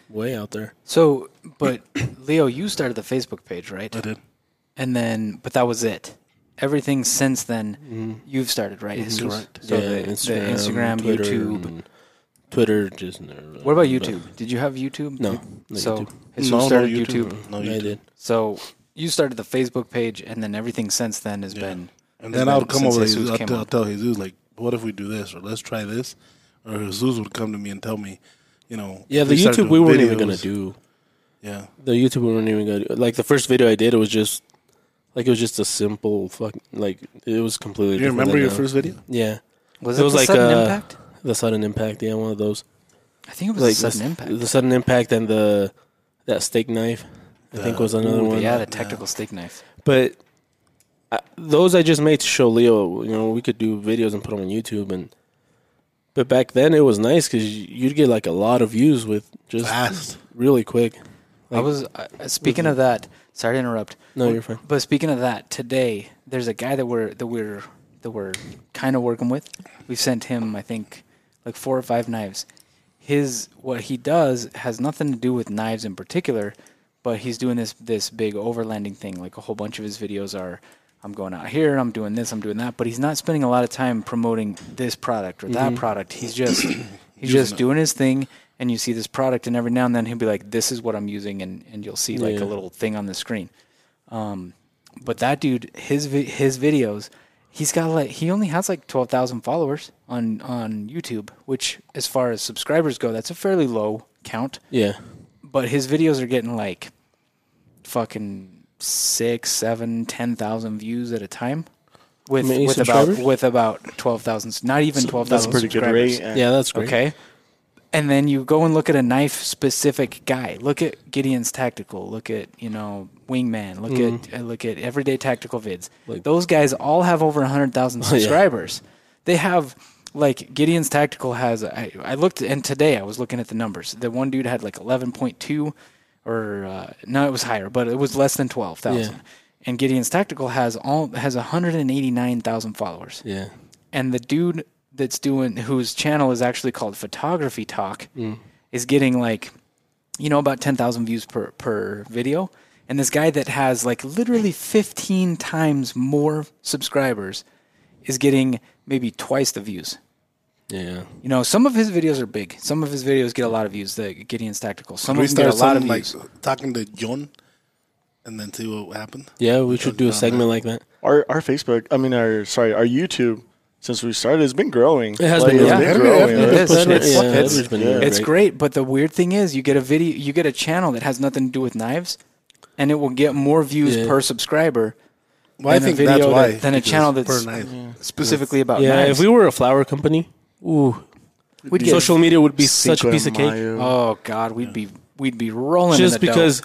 way out there. So, but Leo, you started the Facebook page, right? I did. And then, but that was it. Everything since then, you've started, right? Jesus? Correct. So the the Instagram, Twitter, YouTube. and Twitter just never. What about YouTube? Did you have YouTube? No, no so YouTube. Jesus No, no started YouTube. YouTube. No, I did. So you started the Facebook page, and then everything since then has been. And has then I been would come since over to Jesus Jesus. I'll came tell, on. tell Jesus, like, what if we do this? Or let's try this. Or Jesus would come to me and tell me, you know. Yeah, the we started YouTube we doing weren't even gonna videos. do. Yeah. The YouTube we weren't even gonna do. Like the first video I did, it was just like it was just a simple fuck. Like it was completely. Do you different remember than your now. first video? Yeah, Was It it, was the like, sudden uh, impact? the sudden impact. Yeah, one of those. I think it was Like the sudden the- impact. The sudden impact and the that steak knife. I think was another Ooh, one. Yeah, the tactical steak knife. But I, those I just made to show Leo. You know, we could do videos and put them on YouTube. And but back then it was nice because you'd get like a lot of views with just Fast. really quick. I was uh, speaking of that. Sorry to interrupt. No, you're fine. But speaking of that, today there's a guy that we're that we're that we're kind of working with. We've sent him, I think, like four or five knives. His what he does has nothing to do with knives in particular, but he's doing this this big overlanding thing. Like a whole bunch of his videos are, I'm going out here, I'm doing this, I'm doing that. But he's not spending a lot of time promoting this product or that product. He's just he's just doing his thing. And you see this product, and every now and then he'll be like, "This is what I'm using," and, and you'll see like Yeah. a little thing on the screen. But that dude, his vi- his videos, he's got like he only has like twelve thousand followers on on YouTube, which as far as subscribers go, that's a fairly low count. Yeah. But his videos are getting like fucking six, seven, ten thousand views at a time, with Many with about subscribers? with about twelve thousand, not even twelve That's thousand. a pretty good rate. and- Yeah, that's great. Okay. And then you go and look at a knife specific guy. Look at Gideon's tactical. Look at you know Wingman. Look at uh, look at everyday tactical vids. Mm-hmm. Like- Oh, Those guys all have over hundred thousand yeah. subscribers. They have like Gideon's tactical has. I, I looked and today I was looking at the numbers. The one dude had like eleven point two, or uh, no, it was higher, but it was less than twelve thousand. Yeah. And Gideon's tactical has all has hundred and eighty nine thousand followers Yeah. and the dude that's doing whose channel is actually called Photography Talk Mm. is getting like you know about 10,000 views per per video and this guy that has like literally 15 times more subscribers is getting maybe twice the views. Yeah. You know, some of his videos are big. Some of his videos get a lot of views, the Gideon's Tactical. Some Can we of them get start a lot of something like views. talking to John and then see what happened? Yeah, we should do a Not segment bad. like that. Our our Facebook, I mean our sorry, our YouTube since we started has been growing. It has been it's growing. Yeah. growing. Yeah. right? It is. Put it- It's- yeah, it's- that would've been uh, yeah. It's great, but the weird thing is, you get a video, you get a channel that has nothing to do with knives, and it will get more views Yeah. per subscriber Well, I than a think video that's why. that- than a because channel that's- per knife. specifically about Yeah, knives. if we were a flower company, ooh, We'd get- social media would be such a Cinco de piece of cake. Mayo. oh god, we'd be we'd be rolling in Just the dough. because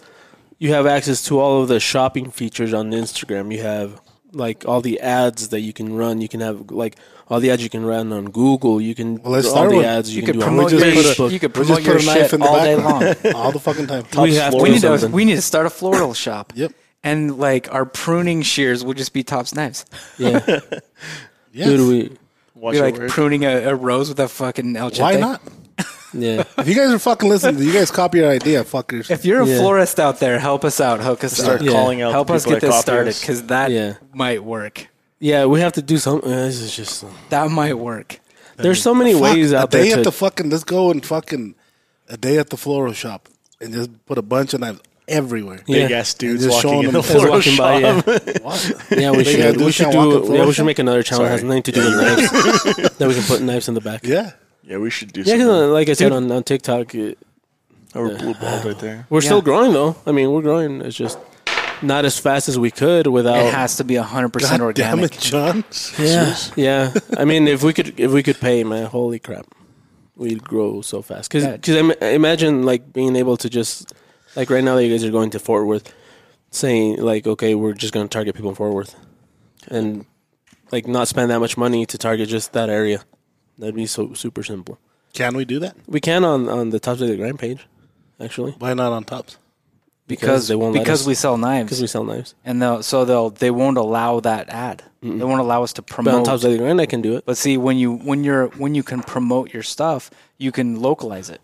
you have access to all of the shopping features on Instagram, you have like all the ads that you can run. You can have like all the ads you can run on Google. You can Well, let's all start the with- ads you, you can could do promote on your Facebook. shit, you could We promote just put your a knife shit in the all day long. background all the fucking time. we have to we do need to something. we need to start a floral shop. Yep. And like our pruning shears will just be tops knives. yeah, Yes. dude, Watch Be your like word. pruning a, a rose with a fucking El Why Chete. not? we yeah. If you guys are fucking listening, you guys copy our idea, fuckers. If you're a Yeah. florist out there, help us out. Help us start out. Yeah. calling out Help the us people get that this copy started us. because that Yeah. might work. Yeah, we have to do something. This is just That might work. there's so many Fuck, ways a out day there at to the fucking let's go and fucking a day at the floral shop and just put a bunch of knives everywhere. Yeah. big ass dudes Just walking showing in them the photos. floor walking by. Yeah, yeah we They gotta should do we a should Sean Walker do yeah we floral should make another channel that has nothing to do with knives that we can put knives in the back. Yeah. Yeah, we should do Yeah, 'cause, uh, something. like I said on, on TikTok, uh, Or blue ball right there. we're Yeah. still growing though. I mean, we're growing. It's just not as fast as we could Oh. without. It has to be 100% God damn organic. it, John. yeah, yeah. I mean, if we could, if we could pay, man, holy crap, we'd grow so fast. Because, Yeah. imagine like being able to just like right now that you guys are going to Fort Worth, saying like, okay, we're just going to target people in Fort Worth, and like not spend that much money to target just that area. That'd be so super simple. Can we do that? We can on on the top of the grind page, actually, Why not on tops? because they won't let because us- we sell knives because we sell knives. and they'll, so they'll they won't allow that ad. They won't allow us to But on promote. top of the grind, I can do it. but see when you when you're when you can promote your stuff, you can localize it.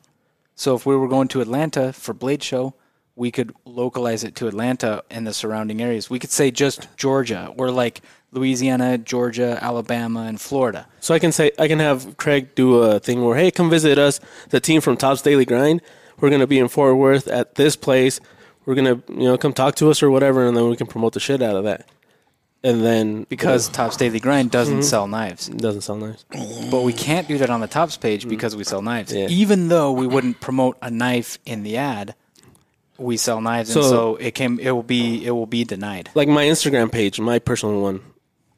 So if we were going to Atlanta for Blade Show, we could localize it to Atlanta and the surrounding areas. We could say just Georgia or like Louisiana, Georgia, Alabama, and Florida. So I can say I can have Craig do a thing where hey, come visit us, the team from Tops Daily Grind. We're gonna be in Fort Worth at this place. We're gonna you know come talk to us or whatever, and then we can promote the shit out of that. And then Because Tops Daily Grind doesn't Mm-hmm. sell knives. it doesn't sound nice. But we can't do that on the tops page because we sell knives. Mm. Yeah. Even though we wouldn't promote a knife in the ad, we sell knives, and So- so it came. It will be. It will be denied. Like my Instagram page, my personal one.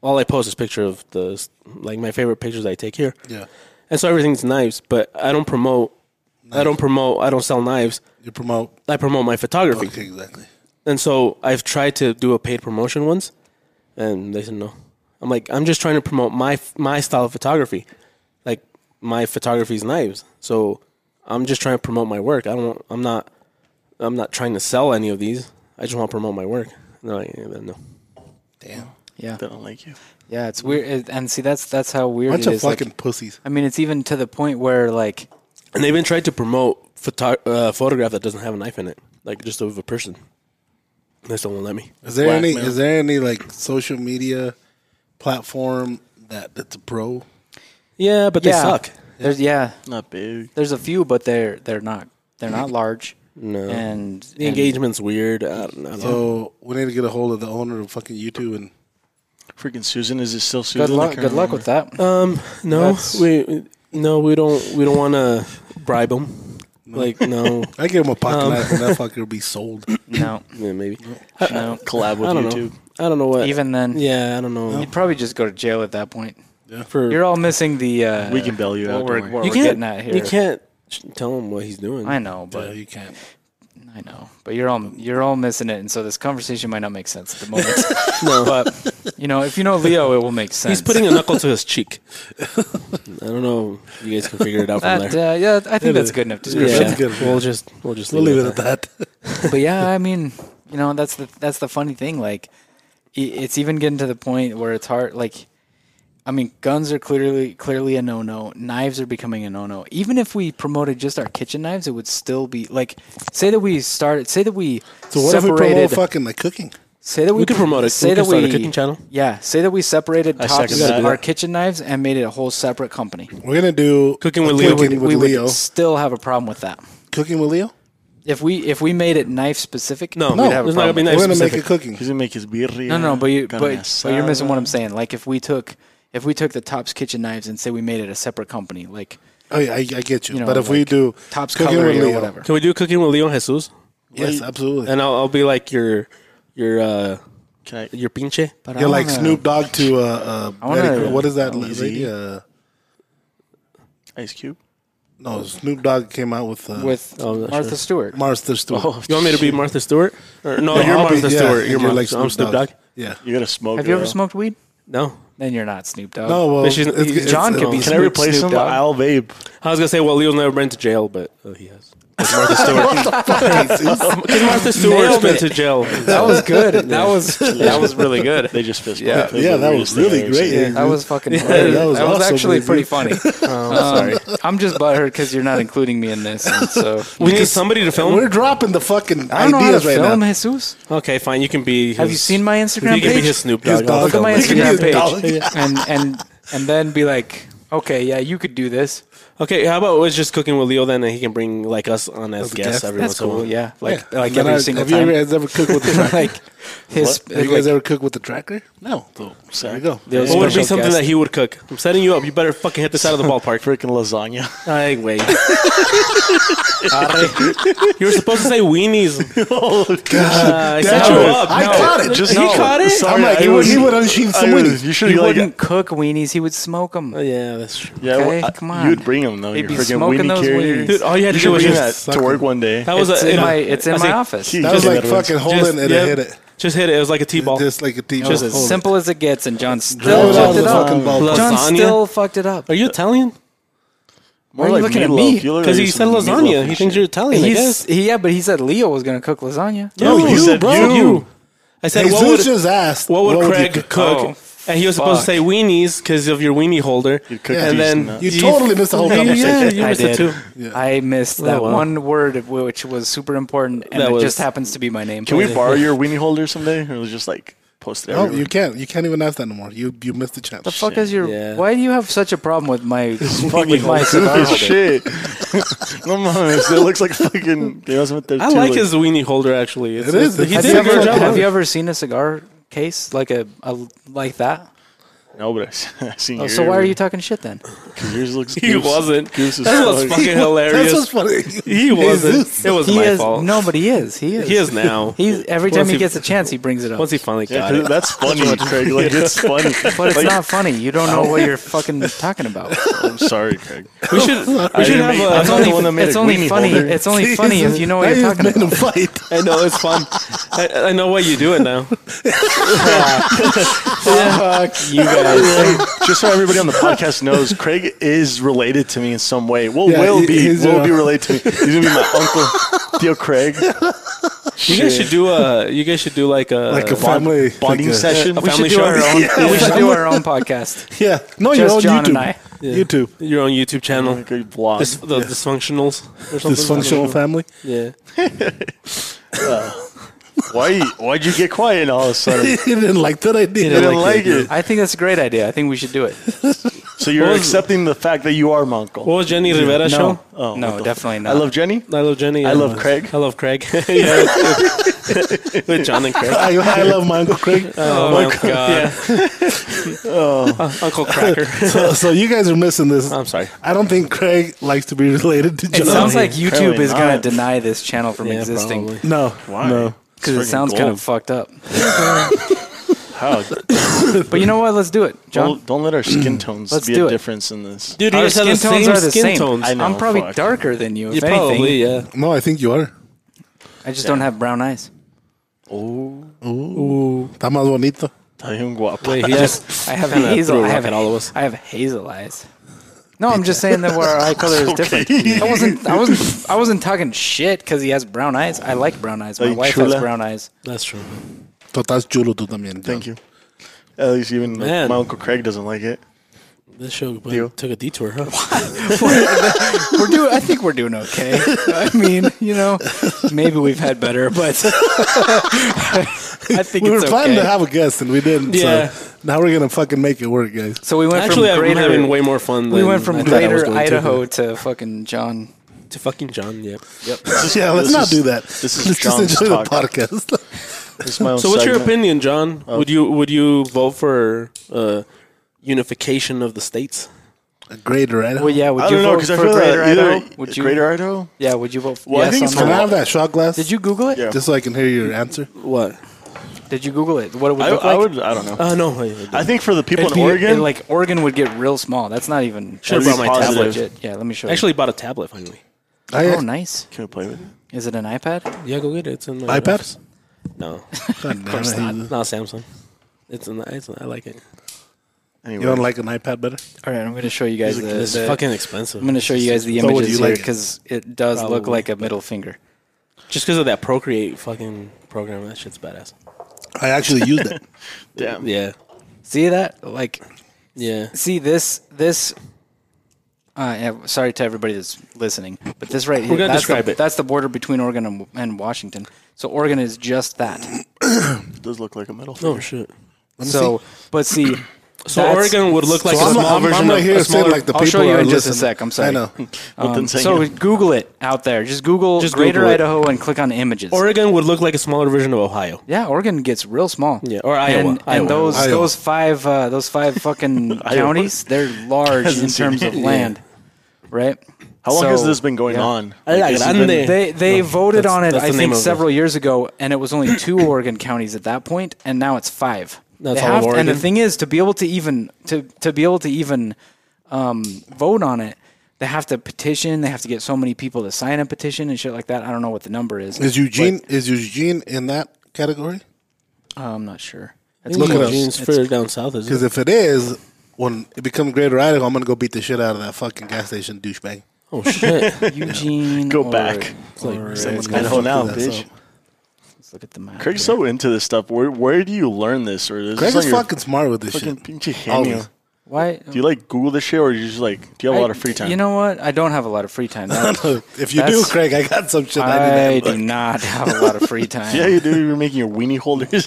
All I post is picture of the like my favorite pictures I take here. Yeah. And so everything's knives, but I don't promote. I don't promote. I don't sell knives. You promote I promote my photography. okay, exactly. And so I've tried to do a paid promotion once, and they said no. I'm like, I'm just trying to promote my my style of photography, like my photography's knives. So I'm just trying to promote my work. I don't. I'm not. I'm not trying to sell any of these. I just want to promote my work. No, like, yeah, no. Damn. Yeah, They don't like you. yeah, it's weird, It- and see, that's that's how weird Bunch it of is. Like, fucking pussies. I mean, it's even to the point where like And they even tried to promote photo- uh, photograph that doesn't have a knife in it, like just of a person. They still won't let me. Is there any? Is there any like social media platform that that's a pro? Yeah, but they yeah, suck. There's yeah, Not big. there's a few, but they're they're not they're not large, Mm. No, and the engagement's weird. I don't, I don't know. So we need to get a hold of the owner of fucking YouTube and Freaking Susan. Is it still Susan? Good I luck. can't Good luck remember. with that. Um, no, That's- we no, we don't we don't want to bribe them. Like no, I give him a pocket Um. knife and that fucker will be sold. no, yeah, maybe. no. Collab with I don't YouTube. know. I don't know what. Even then, uh, yeah, I don't know. you'd probably just go to jail at that point. For You're all missing the. Uh, We can bail you out. don't what we're, worry. what you we're can't getting at here. you can't sh- tell him what he's doing. I know, But but you can't. I know, but you're all you're all missing it, and so this conversation might not make sense at the moment. no, but you know, if you know Leo, it will make sense. he's putting a knuckle to his cheek. I don't know. You guys can figure it out from that. there. Uh, yeah, I think that's is. good enough yeah, description. that's good. we'll just we'll just We'll leave it at that. but yeah, I mean, you know, that's the that's the funny thing. Like, i- it's even getting to the point where it's hard. Like, I mean, guns are clearly clearly a no no. Knives are becoming a no no. Even if we promoted just our kitchen knives, it would still be like, say that we started, say that we So what if we separated, promote fucking like cooking? say that we, We could promote it. Say We that could start a we cooking channel. Yeah, say that we separated I tops second that. our kitchen knives and made it a whole separate company. We're gonna do Cooking a with Leo. Cooking with we Leo. would still have a problem with that. Cooking with Leo. If we if we made it knife specific, No, we'd have a there's not gonna problem. be We're knife gonna make specific. a cooking. He's gonna make his birria. No, no, but you carne but, but you're missing what I'm asada. saying. Like if we took if we took the Tops Kitchen Knives and say we made it a separate company, like Oh yeah, I, I get you. You know, but if we like do Tops Cooking with Cutlery or Leo. whatever. Can we do cooking with Leon Jesus? yes, absolutely. And I'll, I'll be like your your uh Can I- your pinche. But I You're like wanna- Snoop Dogg to uh, uh wanna- Betty- what is that Easy. lady? Uh, Ice Cube. no, Snoop Dogg came out with uh, with Oh, I'm not Martha sure. Stewart. Martha Stewart. Oh, You want me to be Martha Stewart? Or, no, Oh, No, you're I'll be- Martha yeah, Stewart. and You're Martha. like I'm Snoop Dogg. Yeah. You gotta smoke. have you ever though. smoked weed? No, Then you're not Snoop Dogg. No, well, But she's- it's- it's- John it's, could be uh, Can I Snoop- replace Snoop him? Dogg. I'll vape. I was gonna say, well, Leo's never been to jail, but uh, he has. Because Martha Stewart's Nailed been it. to jail. That was good. That was that was really good. They just fist. Yeah. bumped. That's Yeah, the that weirdest was thing really I've ever seen. great. That was fucking. that that was, was awesome, actually dude. pretty funny. Um, sorry, I'm just butthurt because you're not including me in this. and so We need somebody to film. We're dropping the fucking I don't know how to ideas right film now. Jesus. Okay, fine. You can be. His, Have you seen my Instagram You can be page? his Snoop His Dogg. I'll dog. Look at film my it. You can Instagram use dog. page and and and then be like, okay, yeah, you could do this. Okay, how about it's just cooking with Leo then, and he can bring like us on as, As a guests guest? every That's once in a cool. while. Yeah, like Yeah. like Then every I- single Have you time. guys ever cooked with a tractor? like his Have you guys ever cooked with a tractor? No. So, there you go. Oh, What would be Special something guest. that he would cook? I'm setting you up. You better fucking hit this out of the ballpark. Freaking lasagna. I wait. you were supposed to say weenies. Uh, I set you Damn it. up. I No. caught it. He caught it? I'm like, I he would, he was- would unsheathe I some was- weenies. You should he like. wouldn't cook weenies; he would smoke them. Oh, yeah, that's true. yeah, okay, well, I- come on. You'd bring them though. They'd you be freaking smoking weenie those carrier. weenies. Dude, all you had to You should do was bring just that to work one day. That was It's a, in it- my it's I in was my like, office. He That just was like never wins. fucking Just- holding it and yeah. hit it. Just hit it. It was like a T-ball. Just like a team. Just ball. as Simple as it gets, and John Drive still it out of fucked the it fucking up. ball. John Lasagna? still fucked it up. Are you Italian? More Why are you like looking at meatloaf. me? You look Because like he some said meatloaf lasagna. and He thinks shit. you're Italian, I He's, guess. he, yeah, but he said Leo was gonna cook lasagna. No, he said you. I said, Jesus what would, just asked, what would you Craig cook? cook? Oh, and he was supposed to fuck. say weenies because of your weenie holder. You'd cook Yeah. these And then nuts. You totally missed the whole Yeah, conversation. you I missed did. it too. I missed that wow. one word of which was super important, and That it was- just happens to be my name. Can we borrow your weenie holder someday? Or it was just like posted No, you everywhere. can't. You can't even ask that anymore. You you missed the chance. the fuck is your? Yeah. Why do you have such a problem with my with my Stupid cigar? shit. no mames, it looks like fucking. They must have been I too, like his weenie holder actually. It's, It is. He Have did Have a good you, ever, job. have of you it. ever seen a cigar case like a, a like that? No, but I- I seen Oh, yours. so why are you talking shit then? Yours looks. He goose- wasn't. Goose is That was fuck. fucking That's what's hilarious. funny. He wasn't. Jesus. It was He my is fault. no, but he is. He is. He is now. He's every Once time he, he- gets a chance, he brings it up. Once he finally Yeah, got 'cause it. that's funny, Craig. Like it's funny. but it's Like, not funny. You don't know what you're fucking talking about. I'm sorry, Craig. We should. We I should didn't make- have I'm a. not the one that made it's a only weenie funny. holder. It's only funny if you know Now what you're you talking made about. him fight. I know it's fun. I, I know why you do it now. Fuck you guys. Just so everybody on the podcast knows, Craig is related to me in some way. Well, Yeah, will he- be. he's, Will uh, be related to me. He's gonna be my uncle, Theo Craig. You guys should do a. You guys should do like a Like a bond- family like bonding a- session. a We family should do show. our own- we should do our own podcast. Yeah, no, your Just own John and YouTube. I. YouTube your own YouTube channel. Like a vlog. Dis- the dysfunctionals or something. dysfunctional family. Yeah. Why? Why'd you get quiet all of a sudden? he didn't like that idea. You didn't like it. I think that's a great idea. I think we should do it. So you're What was- accepting the fact that you are my uncle. What was Jenny Rivera show? No, Oh, what no the- definitely I not. love Jenny. I love Jenny. I and- love Craig. I love Craig. yeah, with- with, with John and Craig. I, I love my Uncle Craig. Oh my god. Uncle Cracker. so, so you guys are missing this. I'm sorry. I don't think Craig likes to be related to John. it sounds like YouTube Apparently is going not. to deny this channel from Yeah, existing probably. no, no. because it Friggin' sounds gold. kind of fucked up. How? But you know what? Let's do it, John. Don't, don't let our skin tones Let's be do a it. difference in this. Dude, you Our guys have skin the tones same are the skin same. tones. I know, I'm probably fuck. darker than you, if Yeah, anything. probably, yeah. No, I think you are. I just don't have brown eyes. Está más bonito. Ay, un guapo. Wait, he just I have kinda hazel. threw a I have, rock at all of us. I have hazel eyes. No, I'm just saying that our eye color is different. I wasn't. I wasn't. I wasn't talking shit because he has brown eyes. I like brown eyes. My Like wife chula. has brown eyes. That's true. Tú estás chulo tú también. Thank you. At least even like, Man. my uncle Craig doesn't like it. This show You. took a detour, huh? we're doing. I think we're doing okay. I mean, you know, maybe we've had better, but I think We were it's planning okay. to have a guest and we didn't. Yeah. So now we're gonna fucking make it work, guys. so we went Actually, from I've been greater. having way more fun. we than went from I thought I was greater going to. Idaho to, fucking John. to fucking John. Yep. Yeah, let's This not is- do that. This is Let's John's just enjoy talk. the podcast. This is my own So, what's your segment. opinion, John? Would you would you vote for uh, unification of the states? A Greater, right? Well, yeah. Would I you don't know vote because I for feel greater like either Idaho? Would you? Greater Idaho. yeah. Would you vote? For, Well, I yes think it's on Can I that? have that shot glass? Did you Google it? Yeah. Just so I can hear your answer. What? Did you Google it? What it would I, look I like? would. I don't know. Uh, no. wait, wait, I think for the people It'd in be- Oregon, it- like Oregon would get real small. That's not even. Should've that's brought my not tablet. legit. Yeah, let me show I actually bought a tablet finally. I, you. Oh, nice. can we play with it? Is it an iPad? Yeah, go get it. It's in my iPad? Oh, No, God damn it. not, You not Samsung. It's in. The, it's in, I like it. Anyway, you don't like an iPad better? All right, I'm going to show you guys the. It's the- fucking expensive. I'm going to show you guys the So would images you here like it? because it does look Probably, like a middle finger. Just because of that Procreate fucking program, that shit's badass. I actually used it. damn. Yeah. See that? Like, Yeah. see this this. Uh, yeah, sorry to everybody that's listening, but this right here, gonna that's describe the, it. That's the border between Oregon and, and Washington. So Oregon is just that. It does look like a metal. Oh shit. So, but see, So that's- Oregon would look like So a I'm, small I'm, version I'm right of here a saying smaller. like the I'll people show you are in just a listening. sec, I'm sorry. I know. um, so Google it out there. Just Google Just Greater Google it. Idaho and click on images. Oregon would look like a smaller version of Ohio. Yeah, Oregon gets real small. Yeah, or Iowa. And, Iowa. and those Iowa. those five uh, those five fucking counties, they're large in terms of land, right? How long So, has this been going yeah. Ah, on? I like this has grande. been- They they voted that's- on it that's I the name think of it. several years ago, and it was only two Oregon counties at that point, and now it's five. That's They all of have- And the Oregon? thing is, to be able to even to to be able to even um, vote on it, they have to petition. They have to get so many people to sign a petition and shit like that. I don't know what the number is. Is Eugene is Eugene in that category? Uh, I'm not sure. It's Look at at us. Eugene's further down south, is Because it? if it is, when it becomes Greater Idaho, I'm gonna go beat the shit out of that fucking gas station douchebag. Oh shit. Eugene. Go or- back. or- Someone's gonna Idaho fuck now, with that, so- bitch. Let's look at the map. Craig's so into this stuff. Where where do you learn this? Or is Craig this is on your fucking smart with this fucking shit. pinche genio? Always. Why? Do you like Google this shit, or you just like do you have a lot of free time? You know what? I don't have a lot of free time. That- if you do, That's- Craig, I got some shit. I, I need to do not have a lot of free time. yeah, you do. You're making your weenie holders.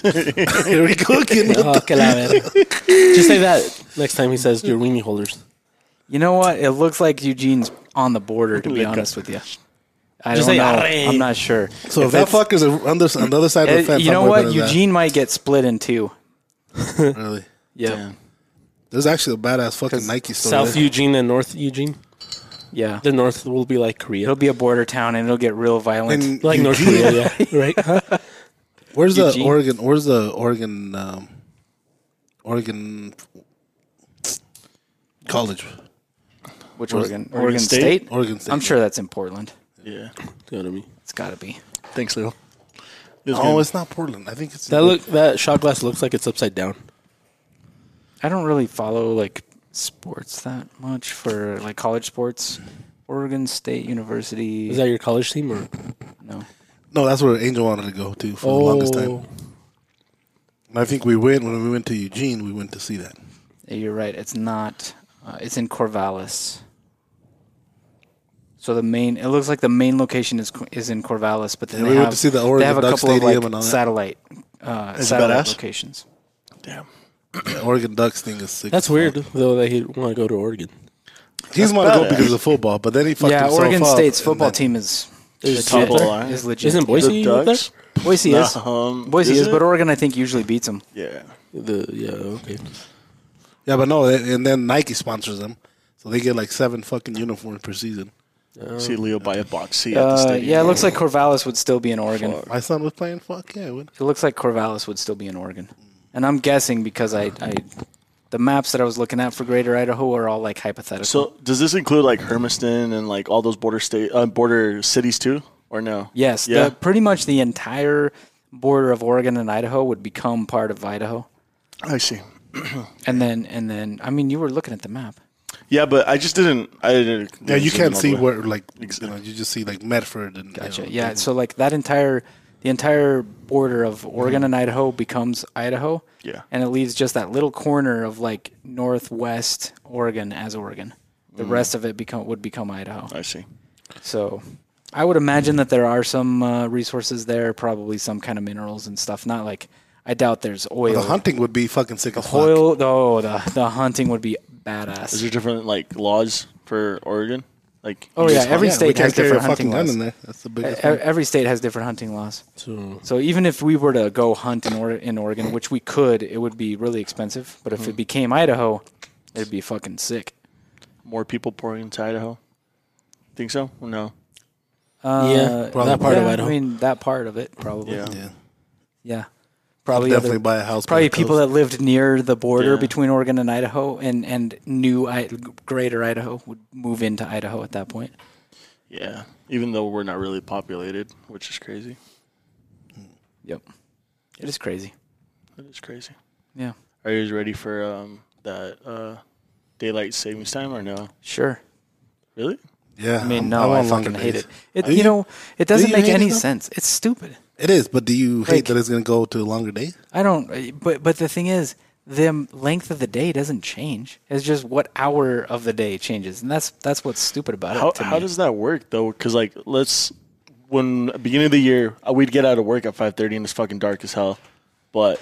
Here we go again. Oh, que la verga. Just say that next time he says your weenie holders. You know what? It looks like Eugene's on the border. To be Lick honest with you, I Just don't say, know. "Arre." I'm not sure. So if, that fucker's on this, on the other side of the Eh, fence, you know I'm what? whipping his ass, Eugene might get split in two. really. Yeah, There's actually a badass fucking Nike store. South there. Eugene and North Eugene. yeah. The North will be like Korea. It'll be a border town, and it'll get real violent. And Like North Eugene- Korea, yeah. Right? Where's the Eugene. Oregon? Where's the Oregon? Um, Oregon college, Which Oregon? Oregon, State? State? Oregon State. I'm sure that's in Portland. yeah. You know what I mean? It's got to be. Thanks, Leo. Oh, it's not Portland. I think it's That look that shot glass looks like it's upside down. I don't really follow like sports that much for like college sports. Oregon State University. Is that your college team or no. No, that's where Angel wanted to go to for the longest time. And I think we went when we went to Eugene. We went to see that. You're right. It's not. Uh, it's in Corvallis. So the main. It looks like the main location is is in Corvallis, but then Yeah, they we went have to see the they Oregon have a Duck couple Stadium of and all like that. satellite uh, satellite badass. locations. Damn. The Oregon Ducks thing is sick. That's weird though that he'd want to go to Oregon. He's want to go badass. because of football, but then he fucked yeah, himself Oregon up, State's and football then- team is Is legit. top of the line. Is legit. Isn't Boise The up there? Ducks? Boise is. Um, Boise is, it? but Oregon I think usually beats them. yeah. The yeah okay. Yeah, but no, and then Nike sponsors them, so they get like seven fucking uniforms per season. See Leo buy a box seat at the Uh, stadium. yeah, it looks like Corvallis would still be in Oregon. My son was playing. Fuck yeah, it It looks like Corvallis would still be in Oregon, and I'm guessing because I, I the maps that I was looking at for Greater Idaho are all like hypothetical. So does this include like Hermiston and like all those border state uh, border cities too, or no? yes, Yeah. the, pretty much the entire border of Oregon and Idaho would become part of Idaho, I see. and then and then I mean you were looking at the map. Yeah, but I just didn't. I didn't. Yeah, you can't see where. where like you know you just see like Medford and you Gotcha. know, yeah. So like that entire the entire border of Oregon and Idaho becomes Idaho. Yeah. And it leaves just that little corner of like northwest Oregon as Oregon. The rest of it become would become Idaho. Mm. I see. So I would imagine that there are some uh, resources there, probably some kind of minerals and stuff. Not like I doubt there's oil. the hunting would be fucking sick as fuck. oil. Oh, the the hunting would be badass. E, Is there different like laws for Oregon? Like Oh, yeah, every Yeah, we state can't has carry a different fucking hunting gun laws. in there. That's the biggest. E- Every state has different hunting laws. So So even if we were to go hunt in, or- in Oregon, which we could, it would be really expensive. But if it became Idaho, it'd be fucking sick. more people pouring into Idaho. Think so? Or no. Uh, Yeah, probably. That part of Idaho. I mean, that part of it, probably. Yeah. Yeah, one. yeah, probably definitely other- buy a house. by probably the people coast. that lived near the border Yeah. between Oregon and Idaho, and and new I, Greater Idaho would move into Idaho at that point. Yeah. Even though we're not really populated, which is crazy. Yep, it is crazy. That is crazy. Yeah, Are you guys ready for um, that uh, daylight savings time or no? sure. Really? Yeah, I mean, no, I, fucking hate it. It you, you- know, it doesn't you make hate it any though? sense. It's stupid. It is, but do you Like- hate that it's going to go to a longer day? I don't. But but the thing is, the length of the day doesn't change. It's just what hour of the day changes, and that's that's what's stupid about How, it. To how me. does that work though? Because like let's when beginning of the year uh, we'd get out of work at five thirty and it's fucking dark as hell, but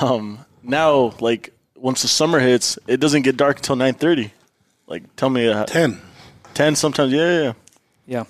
um now like once the summer hits it doesn't get dark until nine thirty. Like tell me uh, ten. Ten. sometimes yeah yeah. yeah. yeah.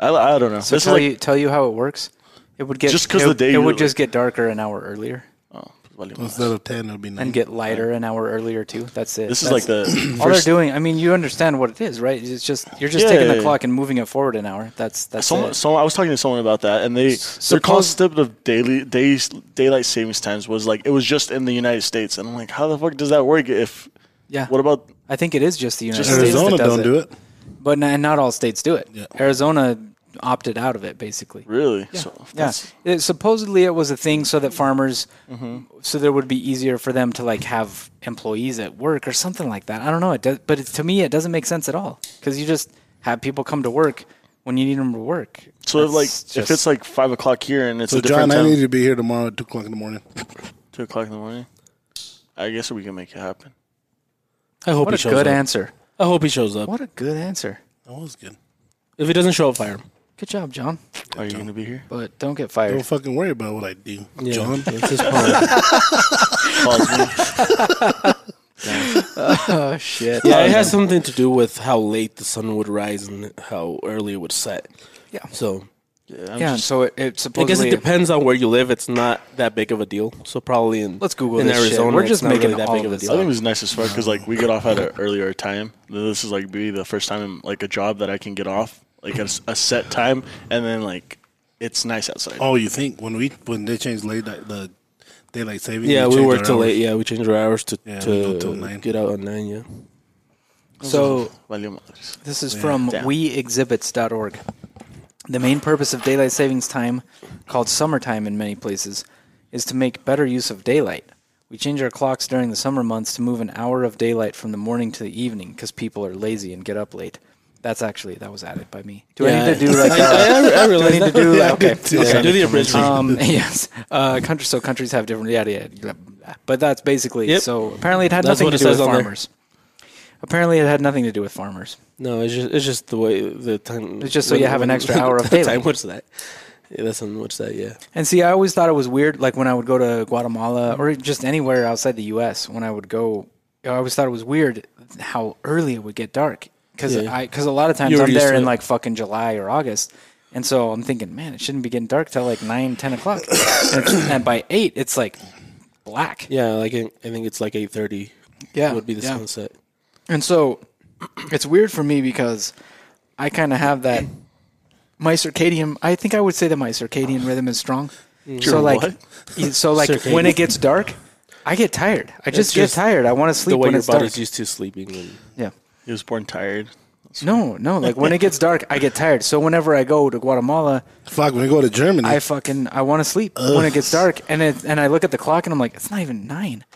I, I don't know. So This is tell like- you tell you how it works. It would get Just 'cause it- the day it would really- just get darker an hour earlier Oh, vale más. Instead of ten, it'll be nine. and get lighter an hour earlier too. That's it. this is That's- like the all they're doing. I mean, you understand what it is, right? It's just you're just Yeah, taking yeah, the yeah. clock and moving it forward an hour. That's that's Someone, it. someone, I was talking to someone about that, and they their concept of daily days daylight savings times was like it was just in the United States, and I'm like, how the fuck does that work? If yeah. what about I think it is just the United Just States Arizona that does don't do it. but not, not all states do it. Yeah. Arizona opted out of it basically. really? So Yeah, that's- it, supposedly it was a thing so that farmers, Mm-hmm. so there would be easier for them to like have employees at work or something like that. I don't know. It does, but it's, to me it doesn't make sense at all because you just have people come to work when you need them to work. So if That's like if just- it's like five o'clock here and it's So a different John, I time, need you to be here tomorrow at two o'clock in the morning. two o'clock in the morning, I guess we can make it happen. I hope he what a shows good up. answer. I hope he shows up. What a good answer. That was good. If he doesn't show up, fire him. Good job, John. Are you going to be here? But don't get Don't fired. fucking worry about what I do, Yeah, John. that's his problem. Calls me. Oh shit. yeah, it has something to do with how late the sun would rise and how early it would set. Yeah. So Yeah, I'm Yeah. just- So it, it I guess supposedly. it depends on where you live. It's not that big of a deal. So probably in Let's Google in this shit. Arizona. We're it's just not making really that all big of a this deal. I think it was nice as fuck because like we get off at an earlier time. Then This is like be the first time in, like a job that I can get off like at a s- a set time, and then like it's nice outside. Oh, you think when we when they changed late night, the daylight saving? Yeah, they we changed work our till hours. late. Yeah, we changed our hours to, Yeah, we go till to nine. get out at nine. Yeah, so Valió madres. This is from Damn. weexhibits.org. The main purpose of daylight savings time, called summertime in many places, is to make better use of daylight. We change our clocks during the summer months to move an hour of daylight from the morning to the evening because people are lazy and get up late. That's actually that was added by me. Do Yeah, I need to do like? I, uh, I, I, do I need to do? Yeah, okay. do- okay. do the abridged. Um, yes. Uh, countries. So countries have different. Yeah, yeah. blah, blah. But that's basically. Yep. So apparently, it had That's nothing what to it do with says on there. farmers. Apparently, it had nothing to do with farmers. no, it's just it's just the way the time. It's just so you have an extra hour of the daylight. time. What's that? Yeah, that's on what's that? Yeah, And see, I always thought it was weird. Like when I would go to Guatemala or just anywhere outside the U.S., when I would go, I always thought it was weird how early it would get dark. Because Yeah. I, because a lot of times You were I'm used there to in it. like fucking July or August, and so I'm thinking, man, it shouldn't be getting dark till like nine, ten o'clock, and, it's- and by eight it's like black. yeah. Like I I think it's like eight thirty. Yeah, would be the yeah. sunset. And so it's weird for me because I kind of have that my circadian. I think I would say that my circadian rhythm is strong. So like, y- so like when Mm. Circadian. it gets dark, I get tired. I just, just get tired. I want to sleep The way when your it's body's dark. used to sleeping. And, yeah. He was born tired. No, no. Like when it gets dark, I get tired. So whenever I go to Guatemala, Fuck, when we go to Germany, I fucking I want to sleep when it gets dark, and it, and I look at the clock and I'm like, it's not even nine,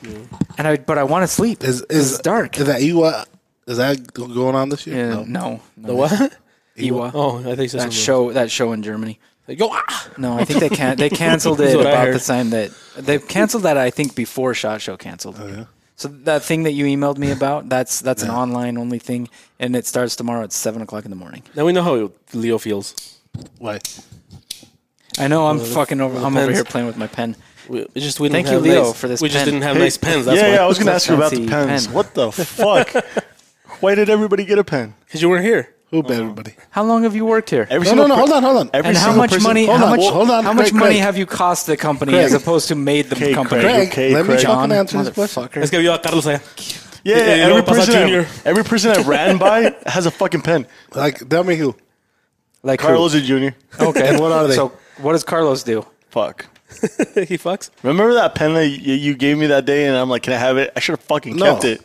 and I but I want to sleep. is, 'cause is it's dark? Is that Iwa? Is that go- going on this year? yeah, no, no. the what? Iwa. Oh, I think that show that show in Germany. They go ah. No, I think they can they canceled That's it what I about heard. the time that they canceled that I think before Shot Show canceled. So that thing that you emailed me about, that's that's an online only thing, and it starts tomorrow at seven o'clock in the morning. Now we know how Leo feels. Why? I know I'm fucking over. I'm over pens. here playing with my pen. We it's just we Thank didn't you, have Leo, nice- for this We just pen. didn't have nice pens. That's yeah, why. yeah. I was gonna ask you about the Fancy pens. pen. What the fuck? Why did everybody get a pen? because you weren't here. Who bet everybody? How long have you worked here? Every No, no, single no. per- Hold on, hold on. Every and how single much person- money? Hold how on, much? hold on, how much Craig, money Craig. have you cost the company Craig. as opposed to made the Okay, company? Craig. Craig, Okay, let me Craig. fucking John, answer this question. motherfucker. Let's give you a Carlos. allá. Yeah, yeah, Yeah, you know, every Papa person, Junior. I, every person I ran by has a fucking pen. Like, tell me who. Like who? Carlos is Junior. Okay. And what are they? So what does Carlos do? Fuck. he fucks. Remember that pen that you, you gave me that day, and I'm like, can I have it? I should have fucking No. kept it.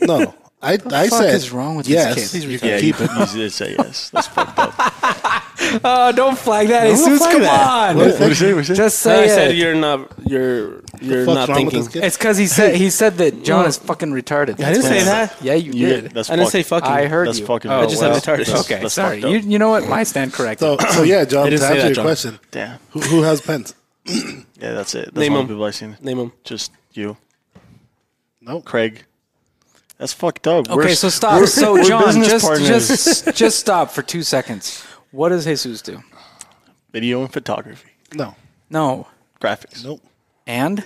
No, no. I, I fuck said. is wrong with these yes, kids? These You Yeah, can keep you, it. you did say yes. That's fucked up. Oh, don't flag that, Jesus! flag Come that. on, What is What it? do you say? What do you say? just No, say I it. said you're not. You're you're fuck's not wrong with thinking. this kid? It's because he said he said that John is fucking retarded. I didn't That's say what he that. said. Yeah, you You- did. that's I didn't fucked. say fucking. I heard That's you. fucking. Oh, I just well. said retarded. That's- Okay, that's sorry. fucked You, up. you know what? My stand corrected. So, so yeah, John, to I didn't say answer that, your John. question, Damn. who, who has pens? Yeah, that's it. That's Name all him. the people I've seen. Name him. Just you, No, Craig. That's fucked up. okay, so stop. so we're John, business just partners. just just stop for two seconds. What does Jesus do? video and photography, no, No, graphics. nope. and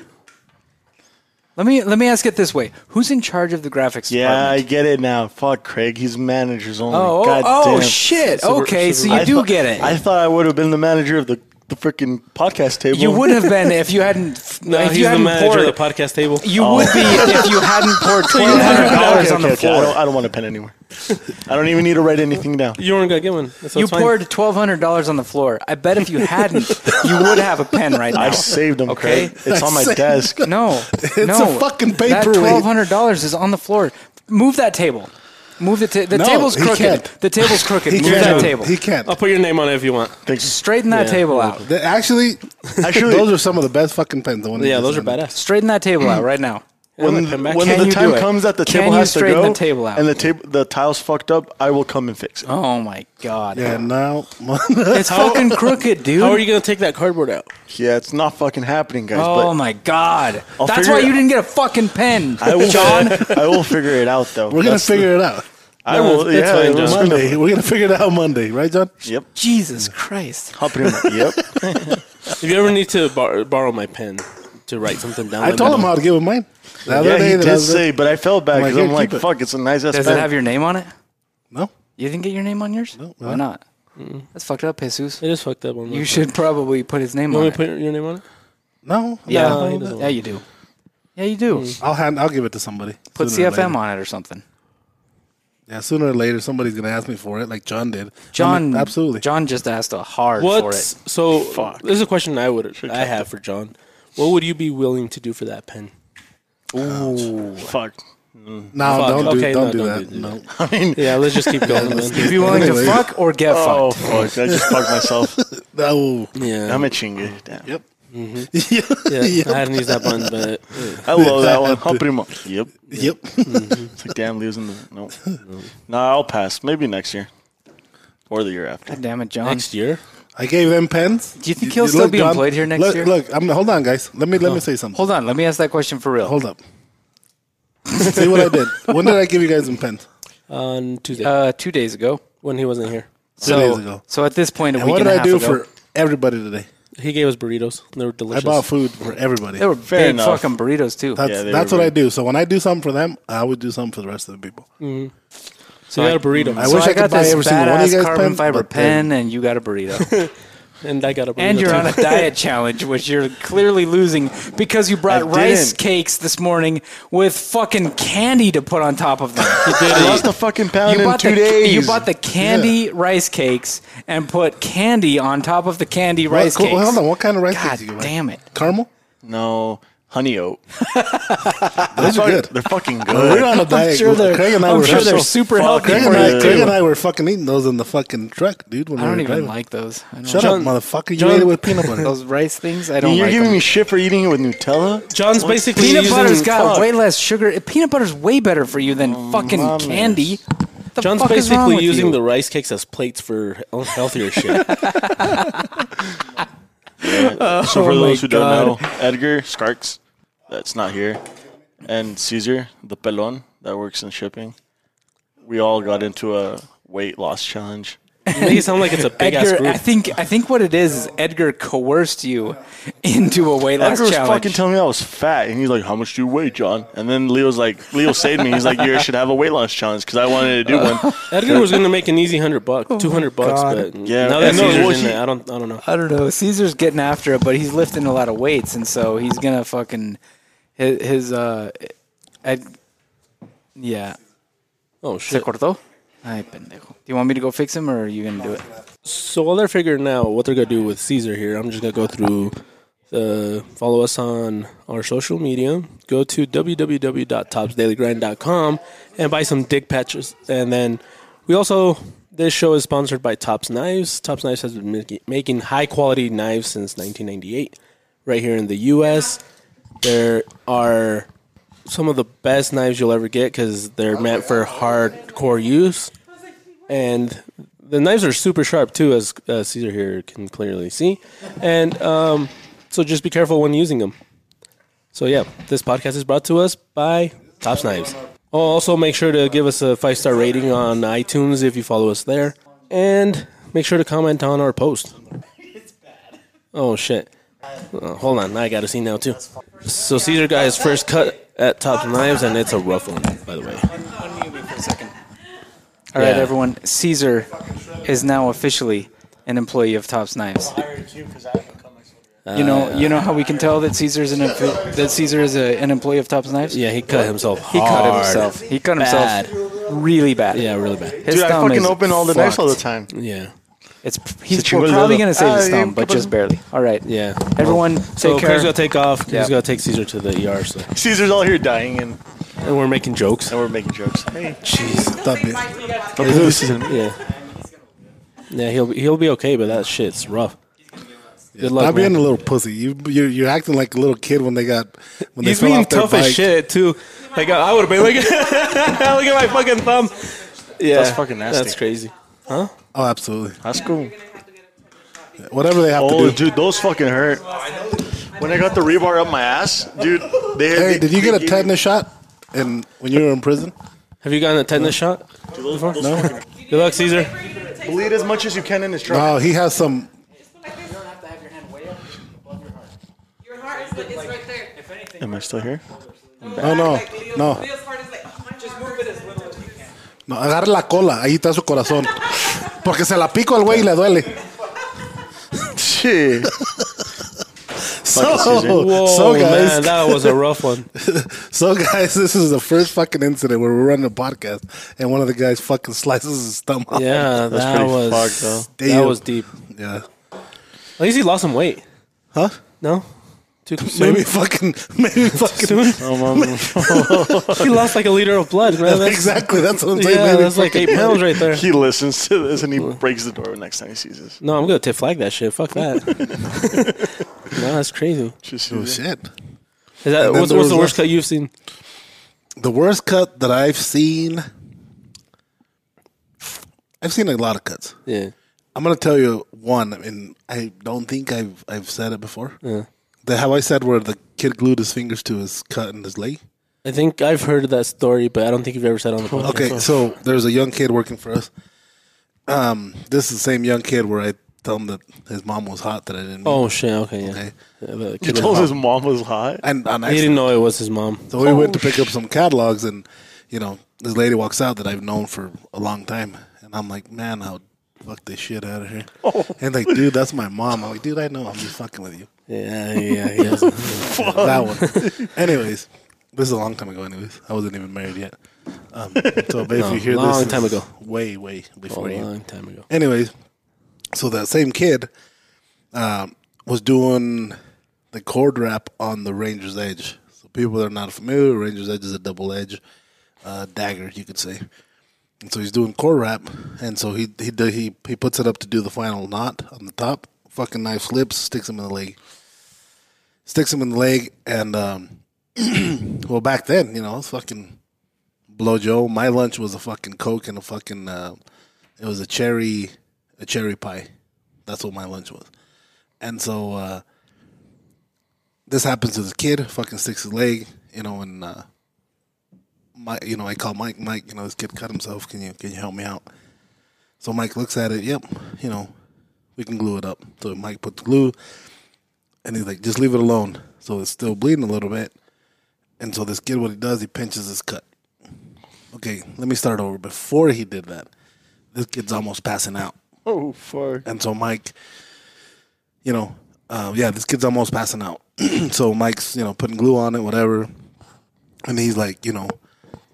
let me let me ask it this way: Who's in charge of the graphics Yeah, I department? get it now. Fuck, Craig. He's managers only. Oh, oh, God oh, damn. shit. Super- okay, super- so you I do thought- get it. I thought I would have been the manager of the the freaking podcast table. you would have been if you hadn't. No, if he's you the hadn't manager poured, of the Oh. podcast table. You would be if you hadn't poured twelve hundred dollars Okay, on the okay, okay. I floor. don't, I don't want a pen anywhere. I don't even need to write anything down. You weren't gonna get one. That's You that's fine. poured twelve hundred dollars on the floor. I bet if you hadn't, you would have a pen right now. I've saved them, Okay. Craig. It's on my saved desk. no, a no. fucking That paperweight. twelve hundred dollars is on the floor. Move that table. Move the ta- the No, table's he crooked. can't. The table's crooked. He Move can't. that table. He can't. I'll put your name on it if you want. Straighten that Yeah. table out. Th- Actually, Actually- those are some of the best fucking pens. The one Yeah, you those just are mentioned. badass. Straighten that table out right now. I'm When, gonna come back. when Can the you time do it? comes that the Can table you has to straighten go the table out? and the table the tile's fucked up, I will come and fix it. Oh my god. Yeah, now It's fucking crooked, dude. How are you gonna take that cardboard out? Yeah, it's not fucking happening, guys. Oh but my god. I'll That's figure why it you out. didn't get a fucking pen. I will, John, I will figure it out though. we're gonna That's the- figure it out I No, will. that's yeah, fine, I'm just John. gonna- Monday. We're gonna figure it out Monday, right, John? Yep. Jesus Christ. Hopping in my- yep. If you ever need to bor- borrow my pen to write something down, I let me told him know. how to give him mine. The other yeah, day he that I did was- say, but I felt bad I'm like, because I'm "Here, like, keep it." fuck, it's a nice ass Does pen. it have your name on it? no. You didn't get your name on yours? No, Why why not? That's fucked up, Jesus. It is fucked up. On You should probably put his name You on want it. me to put your name on it? No, yeah, No, he doesn't yeah, you do. Yeah, you do. I'll hand. I'll give it to somebody. Put sooner or CFM later. on it or something. Yeah, sooner or later somebody's gonna ask me for it, like John did. I'm John, like, absolutely. John just asked a hard for What's it. so? This is a question I would I have for John. What would you be willing to do for that pen? fuck. no, Fuck, don't do, okay, don't no, do don't that. do that. no, I mean, Yeah, let's just keep going. man. Be willing to Anyway. fuck or get oh fucked. fuck, I just fucked myself. no. Yeah, I'm a chinga. Damn. Oh. Yep. yeah. I hadn't used that button, but I love that one. Humping him up. Yep. Yep. It's like damn losing the no. no, I'll pass. Maybe next year. or the year after. God damn it, John. Next year? I gave them pens. Do you think he'll still be employed here next look, year? Oh. Look, I'm, hold on, guys. Let me let me say something. Hold on, let me ask that question for real. Hold up. See what I did. When did I give you guys them pens? On Tuesday, Uh, two days ago. when he wasn't here. Two so, days ago. So at this point, a And week what and did a I half do ago, for everybody today? He gave us burritos. They were delicious. I bought food for everybody. They were Fair big enough. fucking burritos too. That's Yeah, they that's were what I really- do. So when I do something for them, I always do something for the rest of the people. so I got a burrito. I so wish I, I could got buy this every single badass one of you guys carbon pen, fiber but then- pen, and you got a burrito. and I got a burrito. and you're too. on a diet challenge, which you're clearly losing because you brought I rice didn't. cakes this morning with fucking candy to put on top of them. I lost a fucking pound You in bought, two the, days. you bought the candy rice cakes and put candy on top of the candy What- rice cool. cakes. Hold on. What kind of rice God cakes you get? damn it. Caramel. no honey oat. Those are good. They're fucking We're good. on a diet. sure they're- Craig and I I'm were sure so- they're super Fuck, healthy Craig for and, I, you. Craig and I were fucking eating those in the fucking truck, dude. When I we don't were even driving. like those. I don't Shut John- up, motherfucker! You John- ate it with peanut butter. Those rice things, I don't You're like giving them. me shit for eating it with Nutella. John's basically Peanut using- butter's got fuck. way less sugar. Peanut butter's way better for you than Oh, fucking candy. The John's fuck is wrong basically with using you? the rice cakes as plates for he- healthier shit. so for Oh my those who God. don't know, Edgar Skarks, that's not here, and Caesar the Pelon that works in shipping. We all got into a weight loss challenge. Make it sound like it's a big ass Edgar, group. I think I think what it is is Edgar coerced you into a weight loss Edgar was challenge. fucking telling me I was fat, and he's like, "How much do you weigh, John?" And then Leo's like, "Leo saved me." He's like, "You should have a weight loss challenge because I wanted to do one." Edgar was gonna make an easy hundred bucks, Oh two hundred bucks, but Yeah, now that and no, Caesar's well, in he- there, I don't, I don't know. I don't know. Caesar's getting after it, but he's lifting a lot of weights, and so he's gonna fucking his, his uh, Ed, yeah. Oh Se shit! cortó. Ay, pendejo. Do you want me to go fix him, or are you gonna do it? So while they're figuring out what they're gonna do with Caesar here, I'm just gonna go through. Uh, follow us on our social media. Go to www.topsdailygrind.com and buy some dick patches. And then we also this show is sponsored by Tops Knives. Tops Knives has been making, making high quality knives since 1998, right here in the U.S. There are some of the best knives you'll ever get because they're meant for hardcore use and the knives are super sharp too, as uh, Caesar here can clearly see. And um, so just be careful when using them. So yeah, this podcast is brought to us by Tops Knives. Oh, also make sure to give us a five star rating on iTunes if you follow us there, and make sure to comment on our post. Oh shit! Uh, hold on, I gotta see now too. So Caesar got his first cut at Tops Knives, and it's a rough one, by the way. All right, Yeah. everyone. Caesar is now officially an employee of Tops Knives. You know, you know how we can tell that Caesar's an empl- that Caesar is a, an employee of Tops Knives. Yeah, he cut himself. he cut hard. himself. He cut himself Bad. really bad. Yeah, really bad. His Dude, I thumb fucking is open all the knives all the fucked. time. Yeah. It's he's It's a we're probably chihuahua. gonna save his Ah, thumb, you- but just barely. All right. Yeah. Everyone, So take Craig's gonna care. take off. Yeah. He's gonna take Caesar to the ER. So. Caesar's all here dying, and, And we're making jokes. and we're making jokes. Hey, Stop it. Yeah. Yeah, he'll be- he'll be okay, but that shit's rough. Good luck, Stop being man. a little pussy. You you you're acting like a little kid when they got when He's they fell being off their tough bike. as shit too. Like I would have been like, look at my fucking thumb. Yeah, That's fucking nasty. That's crazy. Oh, absolutely. that's cool. Whatever they have Oh, to do. dude, those fucking hurt. When I got the rebar up my ass, dude. They, Hey, they- did you they get a gave tetanus shot? And when you were in prison, Have you gotten a tetanus shot? me- those- those fucking- Good luck, Caesar. Bleed as much as you can in his trunk. no, he has some. Your heart is, like, it's right there. If anything, Am I still here? Oh, No, no, no, Leo's heart is like, oh, my just move it as little as you can. no. Agarre la cola. Ahí está su corazón. Porque se la pico al güey y le duele. Shit. So, Whoa, so man, guys, that was a rough one. so guys, this is the first fucking incident where we're running a podcast and one of the guys fucking slices his stomach. Yeah, that pretty was fucked, that Damn. was deep. yeah. At least he lost some weight. Huh? No, too soon. Maybe fucking, maybe fucking. soon. he lost like a liter of blood, man. That's, exactly. That's what I'm saying. yeah, Maybe that's like eight pounds right there. He listens to this and he breaks the door next time he sees us. No, I'm gonna tip flag that shit. Fuck that. no, that's crazy. Just Oh, shit. And Is that then there what's, what's was the worst left- cut you've seen? The worst cut that I've seen. I've seen a lot of cuts. Yeah. I'm gonna tell you one, and I don't think I've I've said it before. The how I said where the kid glued his fingers to his cut in his leg. I think I've heard of that story, but I don't think you've ever said it on the podcast. Okay, so there's a young kid working for us. Um, this is the same young kid where I tell him that his mom was hot that I didn't. Oh shit. Okay. Yeah. okay. Yeah, the You kid- told his mom was hot. And on he didn't accident. know it was his mom. So we went to pick up Oh. some catalogs, and you know, this lady walks out that I've known for a long time, and I'm like, man, how fuck this shit out of here. Oh. And like, dude, that's my mom. I'm like, dude, I know. I'm just fucking with you. Yeah. Yeah. He doesn't. that one. anyways, this is a long time ago. Anyways, I wasn't even married yet. Um, so but if you hear this, long time it's ago. way, way Oh, a before you. long time ago. Anyways, so that same kid um, was doing the cord wrap on the Ranger's Edge. So people that are not familiar, Ranger's Edge is a double edge uh, dagger, you could say. And so he's doing cord wrap, and so he he do- he he puts it up to do the final knot on the top. Fucking knife slips, sticks him in the leg, sticks him in the leg, and um, well, back then, you know, it's fucking blow Joe. My lunch was a fucking coke and a fucking uh, it was a cherry a cherry pie. That's what my lunch was. And so uh, this happens to this kid, fucking sticks his leg, you know, and uh, my you know, I call Mike, Mike, you know, this kid cut himself, can you can you help me out? So Mike looks at it, yep, you know, we can glue it up. So Mike puts glue and he's like, just leave it alone. So it's still bleeding a little bit. And so this kid what he does, he pinches his cut. Okay, let me start over. Before he did that, this kid's almost passing out. Oh fuck! And so Mike, you know, uh, yeah, this kid's almost passing out. so Mike's, you know, putting glue on it, whatever. And he's like, you know,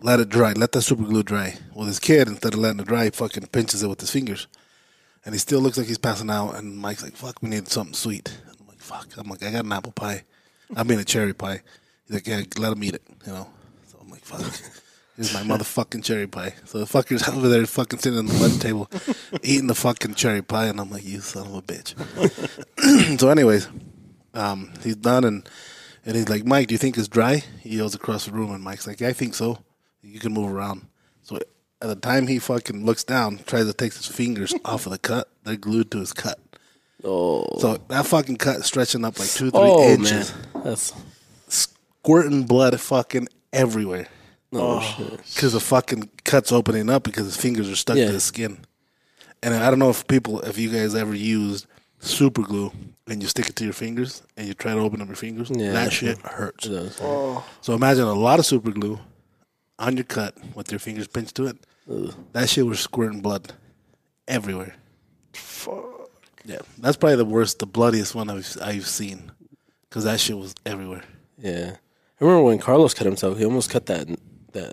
let it dry, let that super glue dry. Well, this kid, instead of letting it dry, fucking pinches it with his fingers. And he still looks like he's passing out. And Mike's like, fuck, we need something sweet. I'm like, fuck. I'm like, I got an apple pie. I mean, a cherry pie. He's like, yeah, let him eat it, you know. So I'm like, fuck. Here's my motherfucking cherry pie. So the fucker's over there fucking sitting on the lunch table eating the fucking cherry pie. And I'm like, you son of a bitch. so, anyways, um, he's done and and he's like, Mike, do you think it's dry? He yells across the room, and Mike's like, yeah, I think so. You can move around. So at the time he fucking looks down, tries to take his fingers off of the cut, they're glued to his cut. Oh. So that fucking cut stretching up like two, three Oh inches, man. That's. squirting blood fucking everywhere Oh, shit. because the fucking cut's opening up because his fingers are stuck Yeah. to his skin. And I don't know if people, if you guys ever used super glue and you stick it to your fingers and you try to open up your fingers, Yeah. that shit hurts. It does. So imagine a lot of super glue on your cut with your fingers pinched to it. That shit was squirting blood everywhere. Fuck. Yeah, that's probably the worst, the bloodiest one I've I've seen because that shit was everywhere. Yeah. I remember when Carlos cut himself. He almost cut that that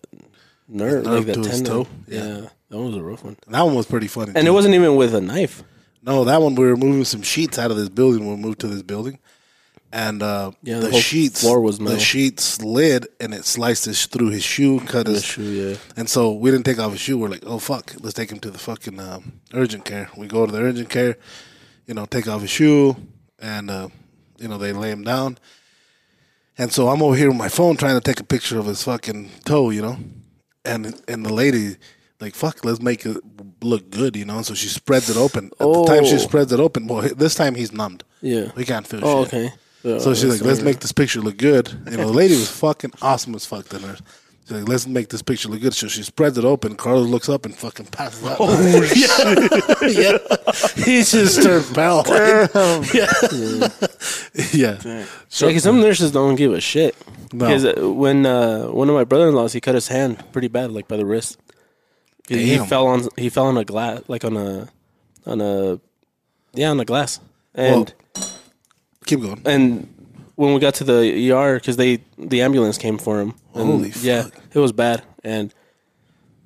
nerve, nerve like that to his tendon. toe? Yeah. Yeah. that was a rough one. And that one was pretty funny. And too. it wasn't even with a knife. No, that one we were moving some sheets out of this building. when We moved to this building, and uh, Yeah, the, the whole sheets floor was metal. the sheet slid and it sliced his, through his shoe, cut his, His shoe, yeah. And so we didn't take off his shoe. We're like, oh fuck, let's take him to the fucking um, urgent care. We go to the urgent care, you know, take off his shoe, and uh, you know they lay him down. And so I'm over here with my phone trying to take a picture of his fucking toe, you know, and and the lady like fuck, let's make it look good, you know. So she spreads it open. At the time she Oh. spreads it open, well, this time he's numbed. Yeah. we can't feel Oh, shit. okay. So she's like, let's make this picture look good. You know, the lady was fucking awesome as fuck. Then her. She's like, let's make this picture look good. So she spreads it open. Carlos looks up and fucking passes Oh, out. yeah. He just turned pale. yeah. yeah. So, like, some nurses don't give a shit. No. Because uh, when uh, one of my brother-in-laws, he cut his hand pretty bad, like by the wrist. 'Cause He Damn. fell on he fell on a glass, like on a on a yeah on a glass, and Keep going. and when we got to the ER, because they the ambulance came for him. and Holy Yeah, fuck. it was bad. And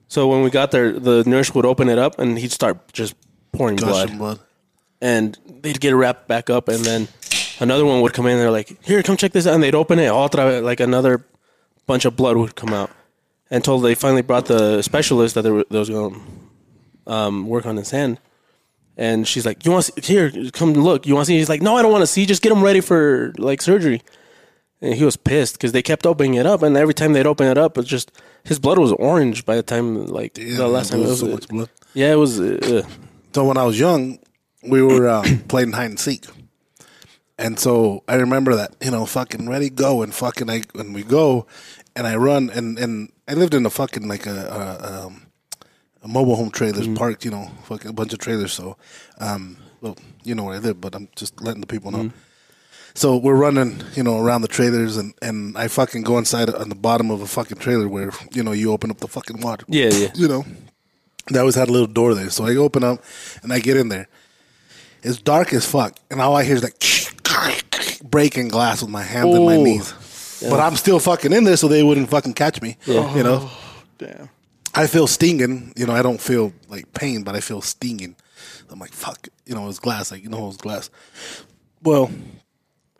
so when we got there, the nurse would open it up and he'd start just pouring blood, Gushing blood. and they'd get it wrapped back up, and then another one would come in. They're like, "Here, come check this out," and they'd open it. All through, like another bunch of blood would come out, until they finally brought the specialist that they were, that was going to um, work on his hand. And she's like, "You want to see, here? Come look. You want to see?" He's like, "No, I don't want to see. Just get him ready for like surgery." And he was pissed because they kept opening it up, and every time they'd open it up, it just his blood was orange by the time like Damn, the last time it there was so much blood. Yeah, it was. Uh, uh, So when I was young, we were uh, playing hide and seek, and so I remember that you know, fucking ready go and fucking I and we go, and I run and and I lived in a fucking like a, a, um, a mobile home trailers parked, you know, fucking a bunch of trailers. So, um, well, you know where I live, but I'm just letting the people know. So we're running, you know, around the trailers, and, and I fucking go inside on the bottom of a fucking trailer where you know you open up the fucking water. Yeah, yeah. You know, that always had a little door there. So I open up and I get in there. It's dark as fuck, and all I hear is like breaking glass with my hands and my Oh. knees. But I'm still fucking in there, so they wouldn't fucking catch me. You know, Damn. I feel stinging. You know, I don't feel like pain, but I feel stinging. I'm like, fuck. You know, it's glass. Like, you know, it's glass. Well,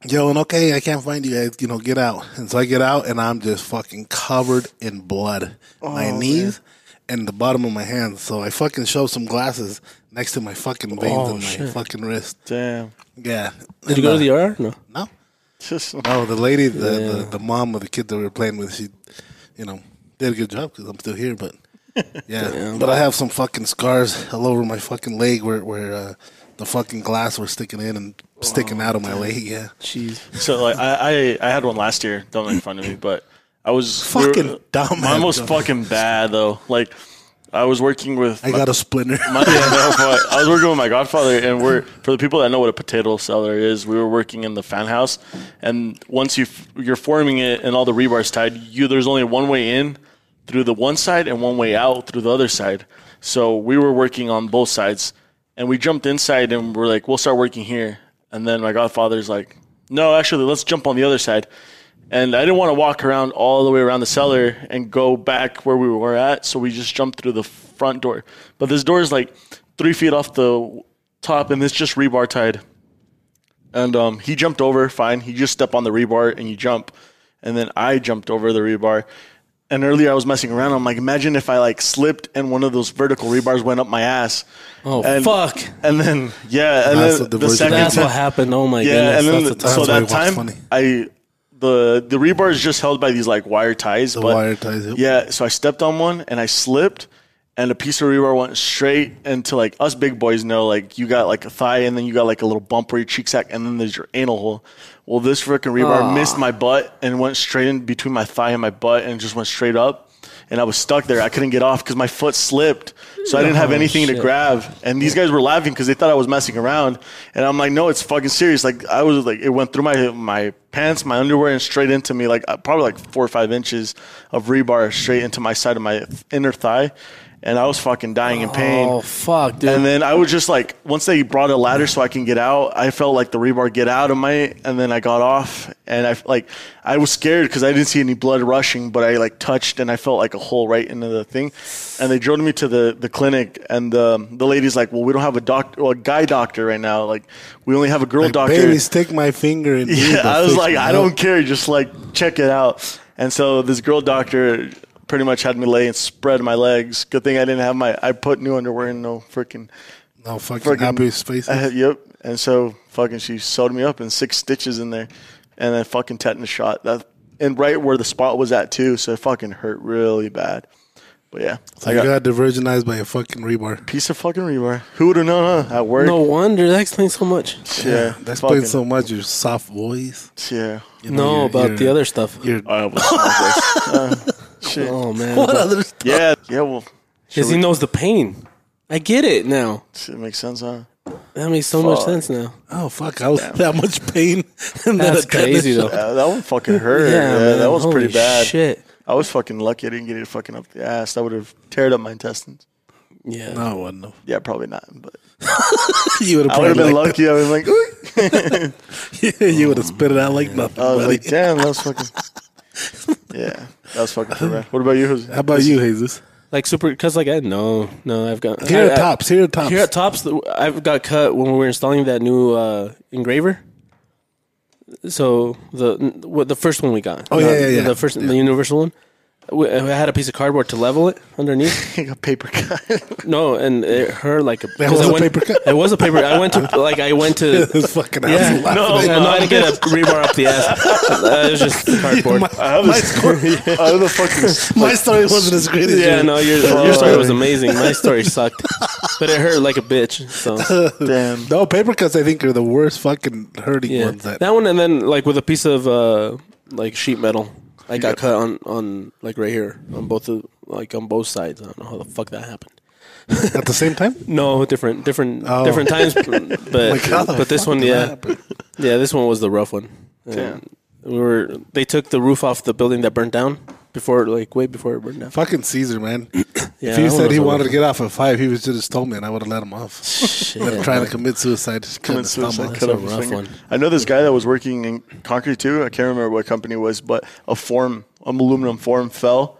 yelling, okay, I can't find you guys. You know, get out. And so I get out, and I'm just fucking covered in blood. Oh, my knees and the bottom of my hands. So I fucking shove some glasses next to my fucking veins and my fucking wrist. Damn. Yeah. Oh, uh, did you go to the ER? No. No. Just No, the lady, the, the, the mom of the kid that we were playing with, she, you know, did a good job because I'm still here. But yeah, but I have some fucking scars all over my fucking leg where where uh, the fucking glass were sticking in and Oh, sticking out of my leg. Yeah, Jeez. So like I, I I had one last year. Don't make fun of me, but I was Fucking dumbass, Mine was dumbass. fucking bad though. Like I was working with. I my- got a splinter. my- yeah, no, but I was working with my godfather, and we're for the people that know what a potato seller is. We were working in the fan house, and once you f- you're forming it and all the rebar's tied, you there's only one way in through the one side and one way out through the other side. So we were working on both sides, and we jumped inside and we're like, we'll start working here. And then my godfather's like, no, actually, let's jump on the other side. And I didn't want to walk around all the way around the cellar and go back where we were at, so we just jumped through the front door. But this door is like three feet off the top, and it's just rebar tied. And um, he jumped over, fine. He just step on the rebar and you jump. And then I jumped over the rebar. And earlier I was messing around. I'm like, imagine if I like slipped and one of those vertical rebars went up my ass. Oh And- fuck! And then yeah, and That's then what the the virgin- second That's time- what happened. Oh my yeah, goodness. and then That's the so times where that it time walks funny. I the the rebar is just held by these like wire ties. The but wire ties, yep. Yeah, so I stepped on one and I slipped, and a piece of rebar went straight into like us big boys know like you got like a thigh and then you got like a little bump where your cheek sack and then there's your anal hole. Well, this freaking rebar missed my butt and went straight in between my thigh and my butt and just went straight up. And I was stuck there. I couldn't get off because my foot slipped. So I didn't have Oh, anything to shit. grab grab. And these guys were laughing because they thought I was messing around. And I'm like, no, it's fucking serious. Like I was like, it went through my my pants, my underwear, and straight into me. Like uh, probably like four or five inches of rebar straight into my side of my th- inner thigh. And I was fucking dying in pain. Oh fuck, dude. And then I was just like, once they brought a ladder so I can get out, I felt like the rebar get out of my, and then I got off, and I like, I was scared because I didn't see any blood rushing, but I like touched, and I felt like a hole right into the thing, and they drove me to the the clinic, and um, the lady's like, well, we don't have a doctor, well, a guy doctor right now, like, we only have a girl Like, doctor. baby, stick my finger in. you, Yeah, but I was fix like, my I hole." don't care. Just like check it out. And so this girl doctor pretty much had me lay and spread my legs. Good thing I didn't have my. I put new underwear and no freaking. No fucking Freaking- happy spaces. I had- Yep. And so fucking she sewed me up and six stitches in there, and then fucking tetanus shot that and right where the spot was at too. So it fucking hurt really bad. But yeah, I I got got divergenized by a fucking rebar. a piece of fucking rebar. Who would have known? Huh? At work. no wonder that explains so much. Yeah. That fucking- explains so much. Your soft voice. Yeah. You know, No, your- about your- the other stuff. Your I almost smelled this. Uh, shit. Oh man, what other Yeah. Yeah. Well, because he knows the pain. I get it now. shit makes sense, huh? That makes so much Fuck. sense now. Oh fuck! I was in that much pain. and then That's a tetanus crazy shot. though. Uh, that one fucking hurt. Yeah, man, that was holy pretty bad. Shit. I was fucking lucky I didn't get it fucking up the ass. That would have teared up my intestines. Yeah. No, it wasn't. Yeah, probably not. But You would have I would probably have been like lucky. I was like, "Ooh." you would have spit it out like nothing. I was buddy. like, damn, that was fucking. Yeah, that was fucking for real. What about you? Jose? How about you, Jesus? Like super cuts like that? No, no. I've got Here I- at I- tops. Here at tops. Here at Tops, th- I've got cut when we were installing that new uh, engraver. So the n- what the first one we got. Oh, yeah, yeah, yeah. The first Yeah. the universal one. we- I had a piece of cardboard to level it underneath. a paper cut. No, and it hurt like a. That was 'cause I a went- paper cut? It was a paper. I went to like I went to. This fucking house Yeah, is laughing no, at you. no, I didn't get a rebar up the ass. Uh, it was just cardboard. My, I have my a story. I have a fucking. my story wasn't as great as yeah, yours. no, your your story was amazing. My story sucked, but it hurt like a bitch. So Damn. No, paper cuts I think are the worst fucking hurting yeah, ones. That, that one, and then like with a piece of uh like sheet metal, I got cut on on like right here on both of like on both sides. I don't know how the fuck that happened. at the same time. No, different, different, Oh. different times. But Like, how the but this fuck one, did that yeah, happen? yeah, this one was the rough one. And Damn. We were. They took the roof off the building that burnt down before, like way before it burned down. Fucking Caesar, man. Yeah, if that he said one was he a rough wanted to one. get off at five, he was just told me, and I would have let him off. But Shit, trying to commit suicide, just couldn't Commit stop suicide, him. cut a off his rough finger. one. I know this guy that was working in concrete too. I can't remember what company it was, but a form, an aluminum form, fell,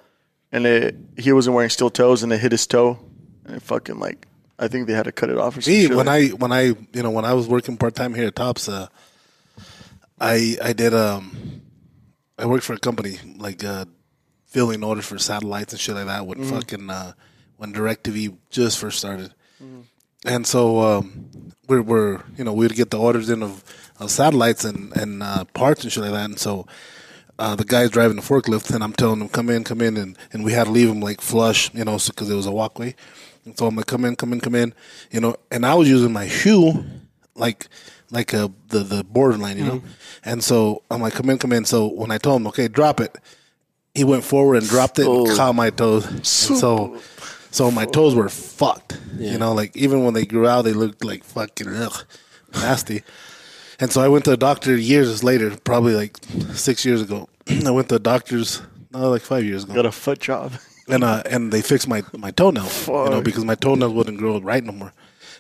and it he wasn't wearing steel toes, and it hit his toe, and it fucking like I think they had to cut it off or Me, something. when I when I you know when I was working part time here at Tops, uh, I I did um I worked for a company like uh filling orders for satellites and shit like that when fucking uh when DirecTV just first started. And so um we were you know, we would get the orders in of, of satellites and, and uh parts and shit like that and so uh, the guy's driving the forklift, and I'm telling him, "Come in, come in," and, and we had to leave him like flush, you know, because it was a walkway. And so I'm like, "Come in, come in, come in," you know. And I was using my shoe, like, like a the the borderline, you know. And so I'm like, "Come in, come in." So when I told him, "Okay, drop it," he went forward and dropped it and caught my toes. And so, so my toes were fucked. You know, like even when they grew out, they looked like fucking ugh, nasty. And so I went to a doctor years later, probably like six years ago. I went to a doctor's, no, like five years ago, got a foot job. and uh, and they fixed my my toenails, you know, Fuck. because my toenails wouldn't grow right no more.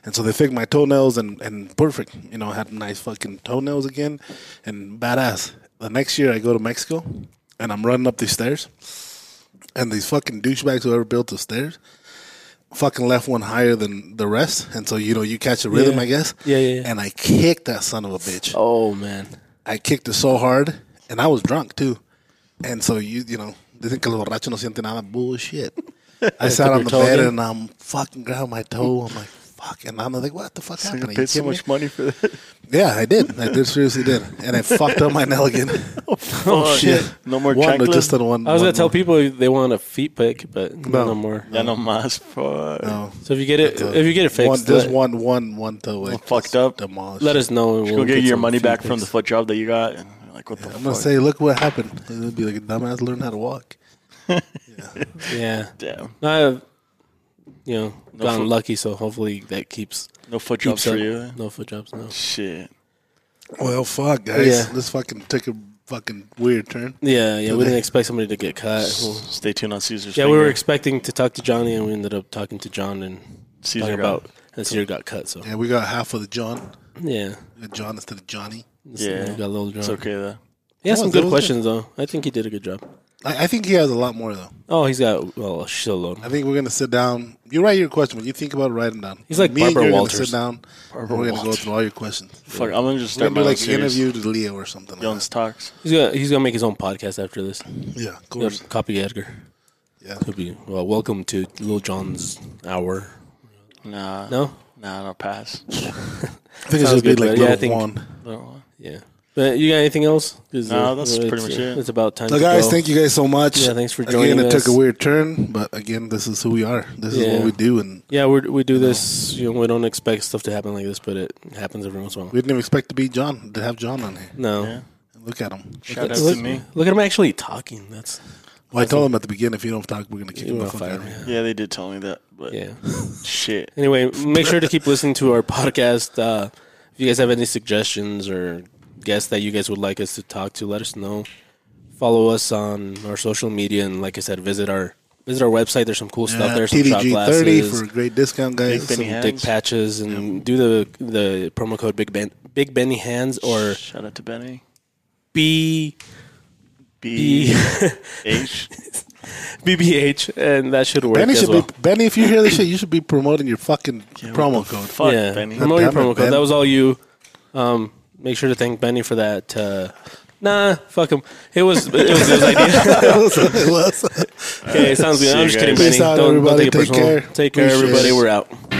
And so they fixed my toenails, and and perfect, you know, I had nice fucking toenails again, and badass. The next year I go to Mexico, and I'm running up these stairs, and these fucking douchebags who ever built the stairs. Fucking left one higher than the rest, and so you know you catch a rhythm, Yeah. I guess. Yeah, yeah, yeah. And I kicked that son of a bitch. Oh man, I kicked it so hard, and I was drunk too. And so you, you know, dicen que el borracho no siente nada. Bullshit. I sat on the toe bed again? and I'm fucking grabbing my toe. I'm like, fuck. And I'm like, what the fuck I happened? Are you paid so kidding me? much money for that. Yeah, I did. I did seriously did. And I fucked up my nail again. Oh shit. No more one, checklist. just on one. I was one gonna tell more. people they want a feet pick, but No. no, more. Yeah, no mas. Fuck. No. So if you get it, Uh, if you get it fixed, one, just let, one, one, one toe. Like, fucked up. Demolished. let us know. and Go we'll get your some money feet back from picks. the foot job that you got. And you're like, what the I'm fuck? gonna say, look what happened. It'd be like a dumbass learn how to walk. Yeah, Damn. I've you know No gotten foot- lucky, so hopefully that keeps No foot jobs keeps for up. you. No foot jobs. No. Shit. Well, fuck, guys. Yeah. This fucking took a fucking weird turn. Yeah, yeah. Do we they- didn't expect somebody to get cut. Well, Stay tuned on Caesar's. yeah, we were Finger. expecting to talk to Johnny, and we ended up talking to John and Caesar talking got- about and Cedar got cut. So Yeah, we got half of the John. yeah, We got John instead of Johnny. yeah. Yeah. got a little John. It's okay though. He had That some was- that good was questions though. I think he did a good job. I, I think he has a lot more though. Oh, he's got well a shitload. I think we're gonna sit down. You write your question. When you think about it, write them down. He's like me and Barbara you're gonna Walters. sit down. and we're gonna go through all your questions. Fuck, I'm gonna just We're start gonna do my own like an series. interview to Leo or something. Like Young's that. talks. He's gonna he's gonna make his own podcast after this. Yeah, of He'll course. copy Edgar. Yeah. He'll be well. Welcome to Little John's hour. Nah, No. nah, no pass. I think it's Sounds just be good, like but yeah, I little think- Juan. No. Yeah. But you got anything else? 'Cause, uh, No, that's it's- pretty much it. It's about time. So to guys, go. thank you guys so much. Yeah, thanks for Again, joining it took us. a weird turn, but again, this is who we are. This is Yeah. what we do, and Yeah, we we do this. You know, we don't expect stuff to happen like this, but it happens every once in a while. we didn't even expect to be John to have John on here. No. Yeah. Look at him. Shout out Look, to me. look at him actually talking. That's Well, I told him at the beginning, if you don't talk, we're gonna kick you him the know, fuck out fire. of here. Yeah, they did tell me that, but Yeah. shit. Anyway, make sure to keep listening to our podcast. Uh, if you guys have any suggestions or guests that you guys would like us to talk to, let us know. Follow us on our social media, and like I said, visit our visit our website. There's some cool stuff Yeah, there. Some shot TDG thirty glasses, for a great discount, guys. Big Benny some Hands. dick patches, and do the the promo code Big Ben Big Benny Hands or Shout out to Benny. B B B H. BBH, and that should work. Benny as should well. be Benny. If you hear this shit, you should be promoting your fucking promo code. Fuck yeah. Benny. Promote your Damn it, promo code. Ben. That was all you. Um, make sure to thank Benny for that uh, Nah, fuck him. It was it was his idea. it was. It was. okay, sounds good. See I'm you just kidding, guys. Benny. Peace out, Don't, don't everybody. take it Take personal. care. Take care, Appreciate everybody. it. We're out.